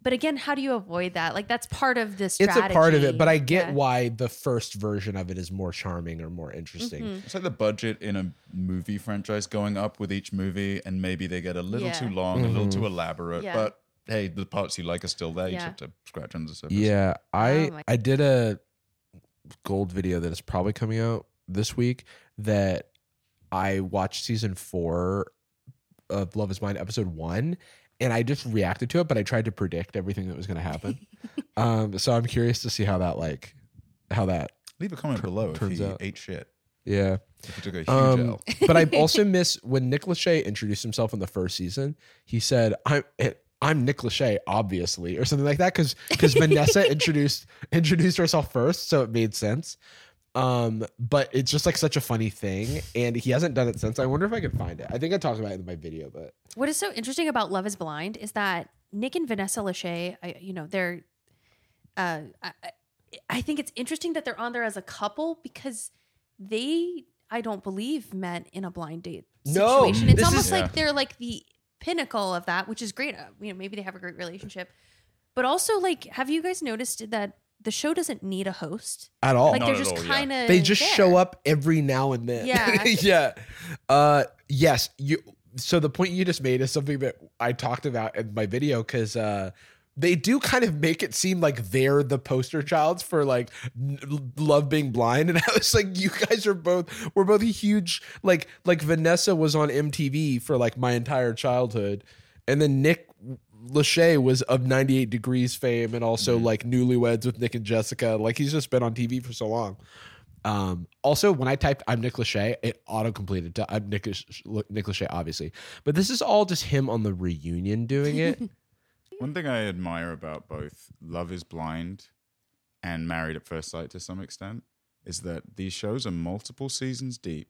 S3: But again, how do you avoid that? Like that's part of this.
S1: It's a part of it, but I get
S3: Yeah.
S1: why the first version of it is more charming or more interesting.
S3: Mm-hmm.
S2: It's like the budget in a movie franchise going up with each movie, and maybe they get a little
S3: Yeah.
S2: too long, a little too elaborate.
S3: Yeah.
S2: But hey, the parts you like are still there. You
S3: Yeah.
S2: just have to scratch under the surface.
S1: Yeah, I
S3: Oh my-
S1: I did a gold video that is probably coming out this week that I watched season 4 of Love is Blind episode 1 and I just reacted to it but I tried to predict everything that was going to happen. um so I'm curious to see how that like how that
S2: Leave a comment below
S1: turns
S2: if you
S1: out.
S2: ate shit.
S1: yeah.
S2: If you took a huge
S1: Um,
S2: L.
S1: but I also miss when Nick Lachey introduced himself in the first season. He said, "I'm I'm Nick Lachey, obviously," or something like that, because because Vanessa introduced introduced herself first, so it made sense. Um, but it's just like such a funny thing, and he hasn't done it since. I wonder if I can find it. I think I talked about it in my video, but
S3: What is so interesting about Love Is Blind is that Nick and Vanessa Lachey, I, you know, they're. Uh, I, I- I think it's interesting that they're on there as a couple because they, I don't believe, met in a blind date
S1: No,
S3: situation.
S1: this
S3: it's almost
S1: is-
S3: like
S2: Yeah.
S3: they're like the pinnacle of that, which is great. Uh, You know, maybe they have a great relationship, but also like, have you guys noticed that the show doesn't need a host?
S1: at all,
S3: Like
S2: Oh, Not
S3: they're
S2: at
S3: just
S2: all, yeah.
S3: kind of
S1: they just show up every now and then.
S3: Yeah.
S1: yeah. Uh, yes. You. So the point you just made is something that I talked about in my video because uh, they do kind of make it seem like they're the poster childs for like n- love being blind, and I was like, you guys are both we're both huge like like Vanessa was on MTV for like my entire childhood, and then Nick. Lachey was of 98 Degrees fame and also like Newlyweds with Nick and Jessica. Like he's just been on TV for so long. Um, also, when I typed "I'm Nick Lachey," it auto completed to "I'm Nick, Nick Lachey," obviously. But this is all just him on the reunion doing it.
S2: One thing I admire about both Love is Blind and Married at First Sight to some extent is that these shows are multiple seasons deep,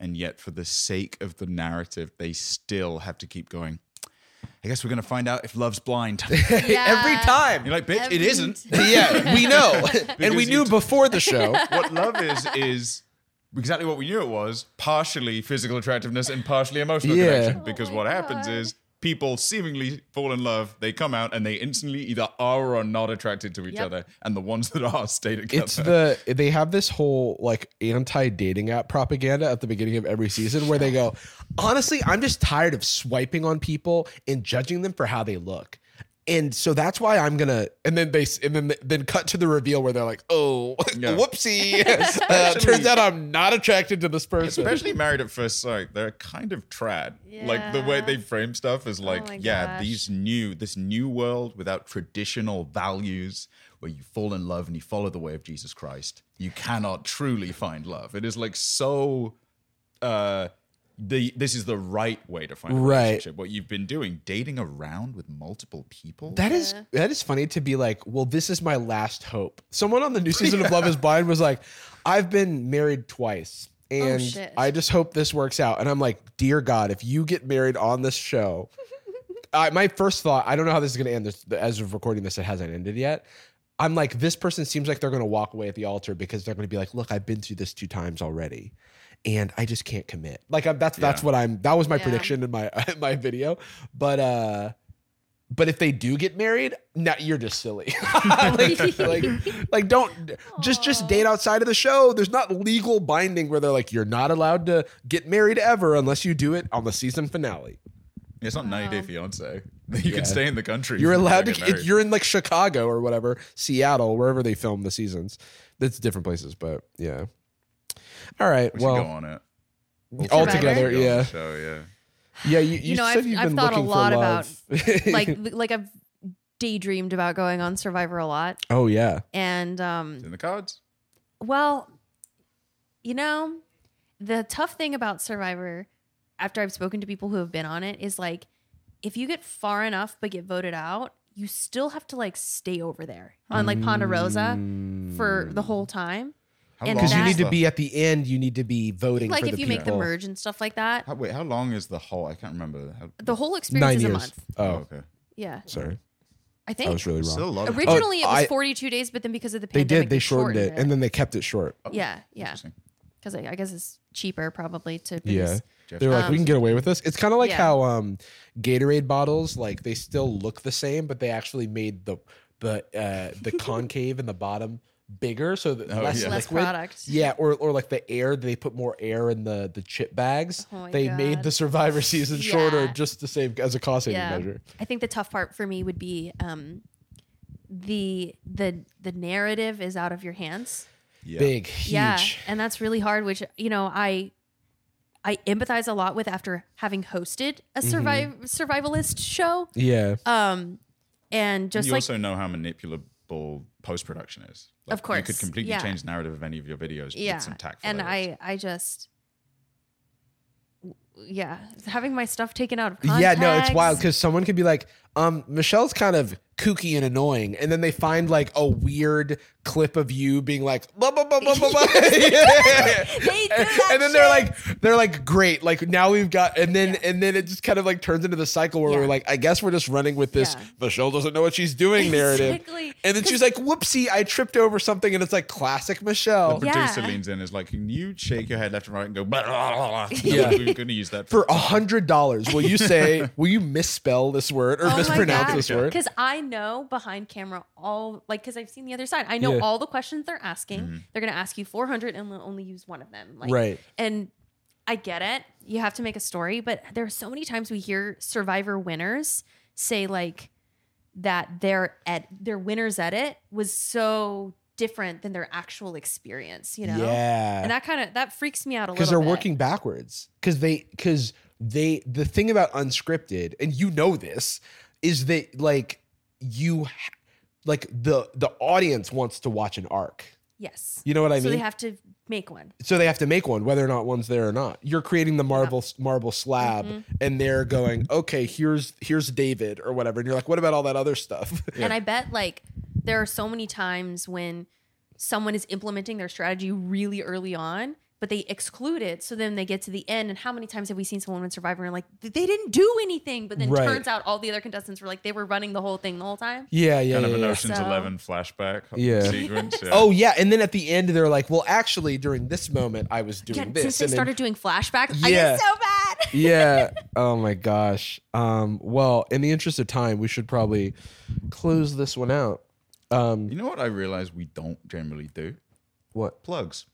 S2: and yet for the sake of the narrative, they still have to keep going. I guess we're going to find out if love's blind. You're
S1: Every time,
S2: like, bitch, it
S3: Every
S2: isn't.
S1: yeah, we know, and we
S2: Because
S1: knew
S2: you-
S1: before the show.
S2: what love is is exactly what we knew it was partially physical attractiveness and partially emotional
S1: Yeah.
S2: connection because
S3: Oh my
S2: what happens
S3: God.
S2: is people seemingly fall in love they come out and they instantly either are or are not attracted to each
S3: Yep.
S2: other and the ones that are stay together
S1: It's the they have this whole like anti dating app propaganda at the beginning of every season where they go, honestly, I'm just tired of swiping on people and judging them for how they look. And so that's why I'm gonna, and then they, and then then cut to the reveal where they're like, "Oh,
S2: Yeah.
S1: whoopsie!" uh, turns out I'm not attracted to this person.
S2: especially married at first sight they're kind of trad like the way
S3: Yeah. Oh
S2: they frame stuff is like
S3: my
S2: yeah
S3: gosh.
S2: these new this new world without traditional values where you fall in love and you follow the way of jesus christ you cannot truly find love it is like so uh the this is the right way to find a
S1: Right.
S2: relationship what you've been doing dating around with multiple people
S1: That is that is funny to be like, well, this is my last hope. Someone on the new season of Love Is Blind was like, I've been married twice, and
S3: Oh, shit.
S1: I just hope this works out. And I'm like, dear God, if you get married on this show, I, my first thought, I don't know how this is going to end. This, as of recording this, it hasn't ended yet. I'm like, this person seems like they're going to walk away at the altar because they're going to be like, look, I've been through this two times already, and I just can't commit. Like I'm, that's that's
S2: Yeah.
S1: what I'm. That was my
S3: Yeah.
S1: prediction in my in my video. But uh, but if they do get married, no, you're just silly. like, like, like, don't just just date outside of the show. There's not legal binding where they're like, you're not allowed to get married ever unless you do it on the season finale.
S2: it's not 90 day fiance you
S1: Yeah.
S2: can stay in the country
S1: You're
S2: if you
S1: allowed to.
S2: get
S1: If
S2: married.
S1: you're in like Chicago or whatever, Seattle, wherever they film the seasons, that's different places. But yeah. All right.
S2: we should go
S1: well,
S2: on it
S1: all
S3: Survivor?
S1: together,
S2: Go on the
S1: yeah,
S2: show, yeah
S1: yeah. You, you,
S3: know,
S1: said
S3: I've-
S1: you've
S3: I've
S1: been
S3: thought a
S1: looking
S3: lot
S1: for love.
S3: about, like like I've daydreamed about going on Survivor a lot,
S1: oh yeah,
S3: and
S2: It's
S3: um,
S2: in the cards
S3: well, you know, the tough thing about Survivor, after I've spoken to people who have been on it, is like if you get far enough but get voted out, you still have to like stay over there on like Ponderosa for
S1: Mm.
S3: the whole time.
S2: How
S3: And
S2: long
S1: because you
S3: that-
S1: need to
S2: is
S1: be at the end. You need to be voting.
S3: Like
S1: for
S3: if
S1: the
S3: you make the
S1: people.
S3: merge and stuff like that,
S2: How, wait, how long is the whole? I can't remember. How,
S3: the whole experience
S1: nine
S3: is
S1: years.
S3: a month.
S1: Oh,
S2: okay.
S3: Yeah,
S1: sorry.
S3: I I
S1: I
S3: think.
S1: was really wrong. Oh,
S2: Still a lot. Of
S3: Originally, it was
S1: I-
S3: 42 days, but then because of the
S1: they
S3: pandemic,
S1: did. They shortened, it, and
S3: it.
S1: then they kept it short.
S3: yeah, yeah,
S2: Interesting.
S3: because I, I guess it's cheaper probably to
S1: Yeah.
S3: produce.
S2: Jeff-
S1: They were like, we can get away with this. It's kind of like
S3: Yeah.
S1: how um, Gatorade bottles, like they still look the same, but they actually made the the uh, the concave in the bottom bigger, so that
S2: Oh,
S1: less
S2: yeah.
S3: less
S1: liquid.
S3: product.
S1: Yeah, or or like the air, they put more air in the the chip bags.
S3: Oh my
S1: they made
S3: God.
S1: the Survivor season shorter
S3: Yeah.
S1: just to save as a cost saving
S3: Yeah.
S1: measure.
S3: I think the tough part for me would be um, the the the narrative is out of your hands.
S2: yeah.
S1: Big, huge.
S3: Yeah, and that's really hard. Which you know, I I empathize a lot with after having hosted a
S1: Mm-hmm.
S3: survive survivalist show.
S1: Yeah.
S3: Um, and just
S2: you
S3: like
S2: also know how manipulable post production is.
S3: Of
S2: you could
S3: course,
S2: completely
S3: yeah.
S2: change the narrative of any of your videos.
S3: yeah,
S2: with some tactful
S3: and
S2: edits.
S3: I I just yeah having my stuff taken out of
S1: Yeah,
S3: context.
S1: no, it's wild because someone could be like, um, Michelle's kind of kooky and annoying, and then they find like a weird clip of you being like, blah, blah, blah, blah, blah, blah.
S3: They do
S1: And,
S3: that
S1: and then they're
S3: shit.
S1: like, they're like, great, like now we've got, and then and then it just kind of like turns into the cycle where we're
S3: Yeah.
S1: like, I guess we're just running with this.
S3: Yeah.
S1: Michelle doesn't know what she's doing narrative,
S3: Exactly.
S1: and then she's like, whoopsie, I tripped over something, and it's like classic Michelle.
S2: The producer
S3: Yeah.
S2: leans in and is like, Can you shake your head left and right and go, blah, blah, blah, blah.
S1: Yeah.
S2: We're going to use that
S1: for a hundred dollars, will you say? will you misspell this word
S3: Oh
S1: or mispronounce this word?
S3: Because I know behind camera all like because I've seen the other side. I know
S1: Yeah.
S3: all the questions they're asking. They're gonna ask you 400 and they'll only use one of them. Like,
S1: Right.
S3: And I get it. You have to make a story, but there are so many times we hear Survivor winners say like that their ed- their winner's edit was so different than their actual experience. You know.
S1: Yeah.
S3: And that kind of that freaks me out a little.
S1: because they're
S3: bit.
S1: working backwards because they because they the thing about unscripted and you know this is that like you ha- like the the audience wants to watch an arc
S3: Yes.
S1: you know what i
S3: so
S1: mean
S3: they have to make one.
S1: so they have to make one whether or not one's there or not you're creating the marble marble slab
S3: Mm-hmm.
S1: and they're going okay here's here's david or whatever and you're like what about all that other stuff
S3: And I bet like there are so many times when someone is implementing their strategy really early on, but they exclude it. So then they get to the end. And how many times have we seen someone in Survivor and like they didn't do anything? But then
S1: Right.
S3: turns out all the other contestants were like they were running the whole thing the whole time.
S1: yeah yeah,
S2: kind of
S1: yeah,
S2: an
S1: yeah.
S2: Ocean's
S3: So-
S2: Eleven flashback
S1: Yeah.
S2: sequence. Yeah.
S1: oh yeah and then at the end they're like well actually during this moment i was doing
S3: Yeah,
S1: this
S3: since they
S1: and then-
S3: started doing flashbacks, I
S1: Yeah.
S3: get so bad.
S1: yeah. Oh my gosh. Um, well, in the interest of time, we should probably close this one out. Um,
S2: You know what I realize we don't generally do?
S1: what?
S2: Plugs.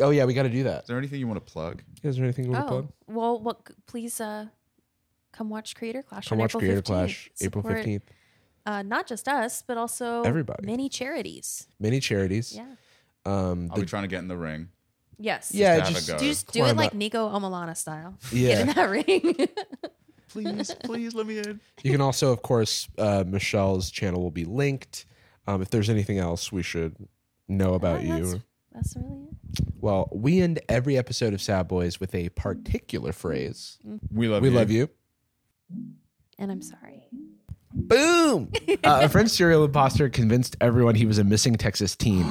S1: Oh yeah, we got to do that.
S2: Is there anything you want to plug?
S1: Is there anything we want to plug?
S3: Oh well, what? Please, uh, come watch Creator Clash.
S1: Come
S3: on
S1: watch
S3: April
S1: Creator
S3: 15th.
S1: Clash April
S3: Support,
S1: fifteenth.
S3: Uh, not just us, but also
S1: Everybody.
S3: many charities.
S1: Many charities.
S3: Yeah.
S1: Um.
S2: I'll
S1: the-
S2: be trying to get in the ring.
S3: Yes.
S1: yeah.
S2: have a
S1: Just
S2: go.
S3: Do you just do
S1: climb
S3: it like
S1: up.
S3: Nico Omalana style. Get
S1: yeah.
S3: in that ring.
S2: Please, please let me in.
S1: you can also, of course, uh, Michelle's channel will be linked. Um, if there's anything else we should know about
S3: Well,
S1: you.
S3: Uh, That's, that's really it.
S1: Well, we end every episode of Sad Boys with a particular phrase.
S3: Mm-hmm.
S2: We love
S1: we
S2: you.
S1: love you.
S3: And I'm sorry.
S1: Boom! uh, a French serial imposter convinced everyone he was a missing Texas teen.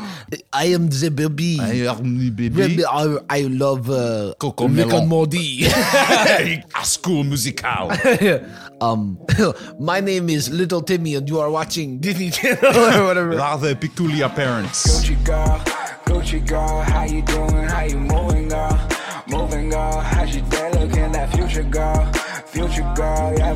S1: I am the baby.
S2: I am the baby.
S1: I, I love uh,
S2: Coco
S1: Rick
S2: Melon.
S1: and Morty.
S2: Hey, a school musical.
S1: um, my name is Little Timmy, and you are watching Disney Channel or whatever.
S2: Rather peculiar parents.
S6: Gucci girl, Gucci girl, how you doing? How you moving, girl? Moving, girl, how she day looking? That future girl, future girl, yeah.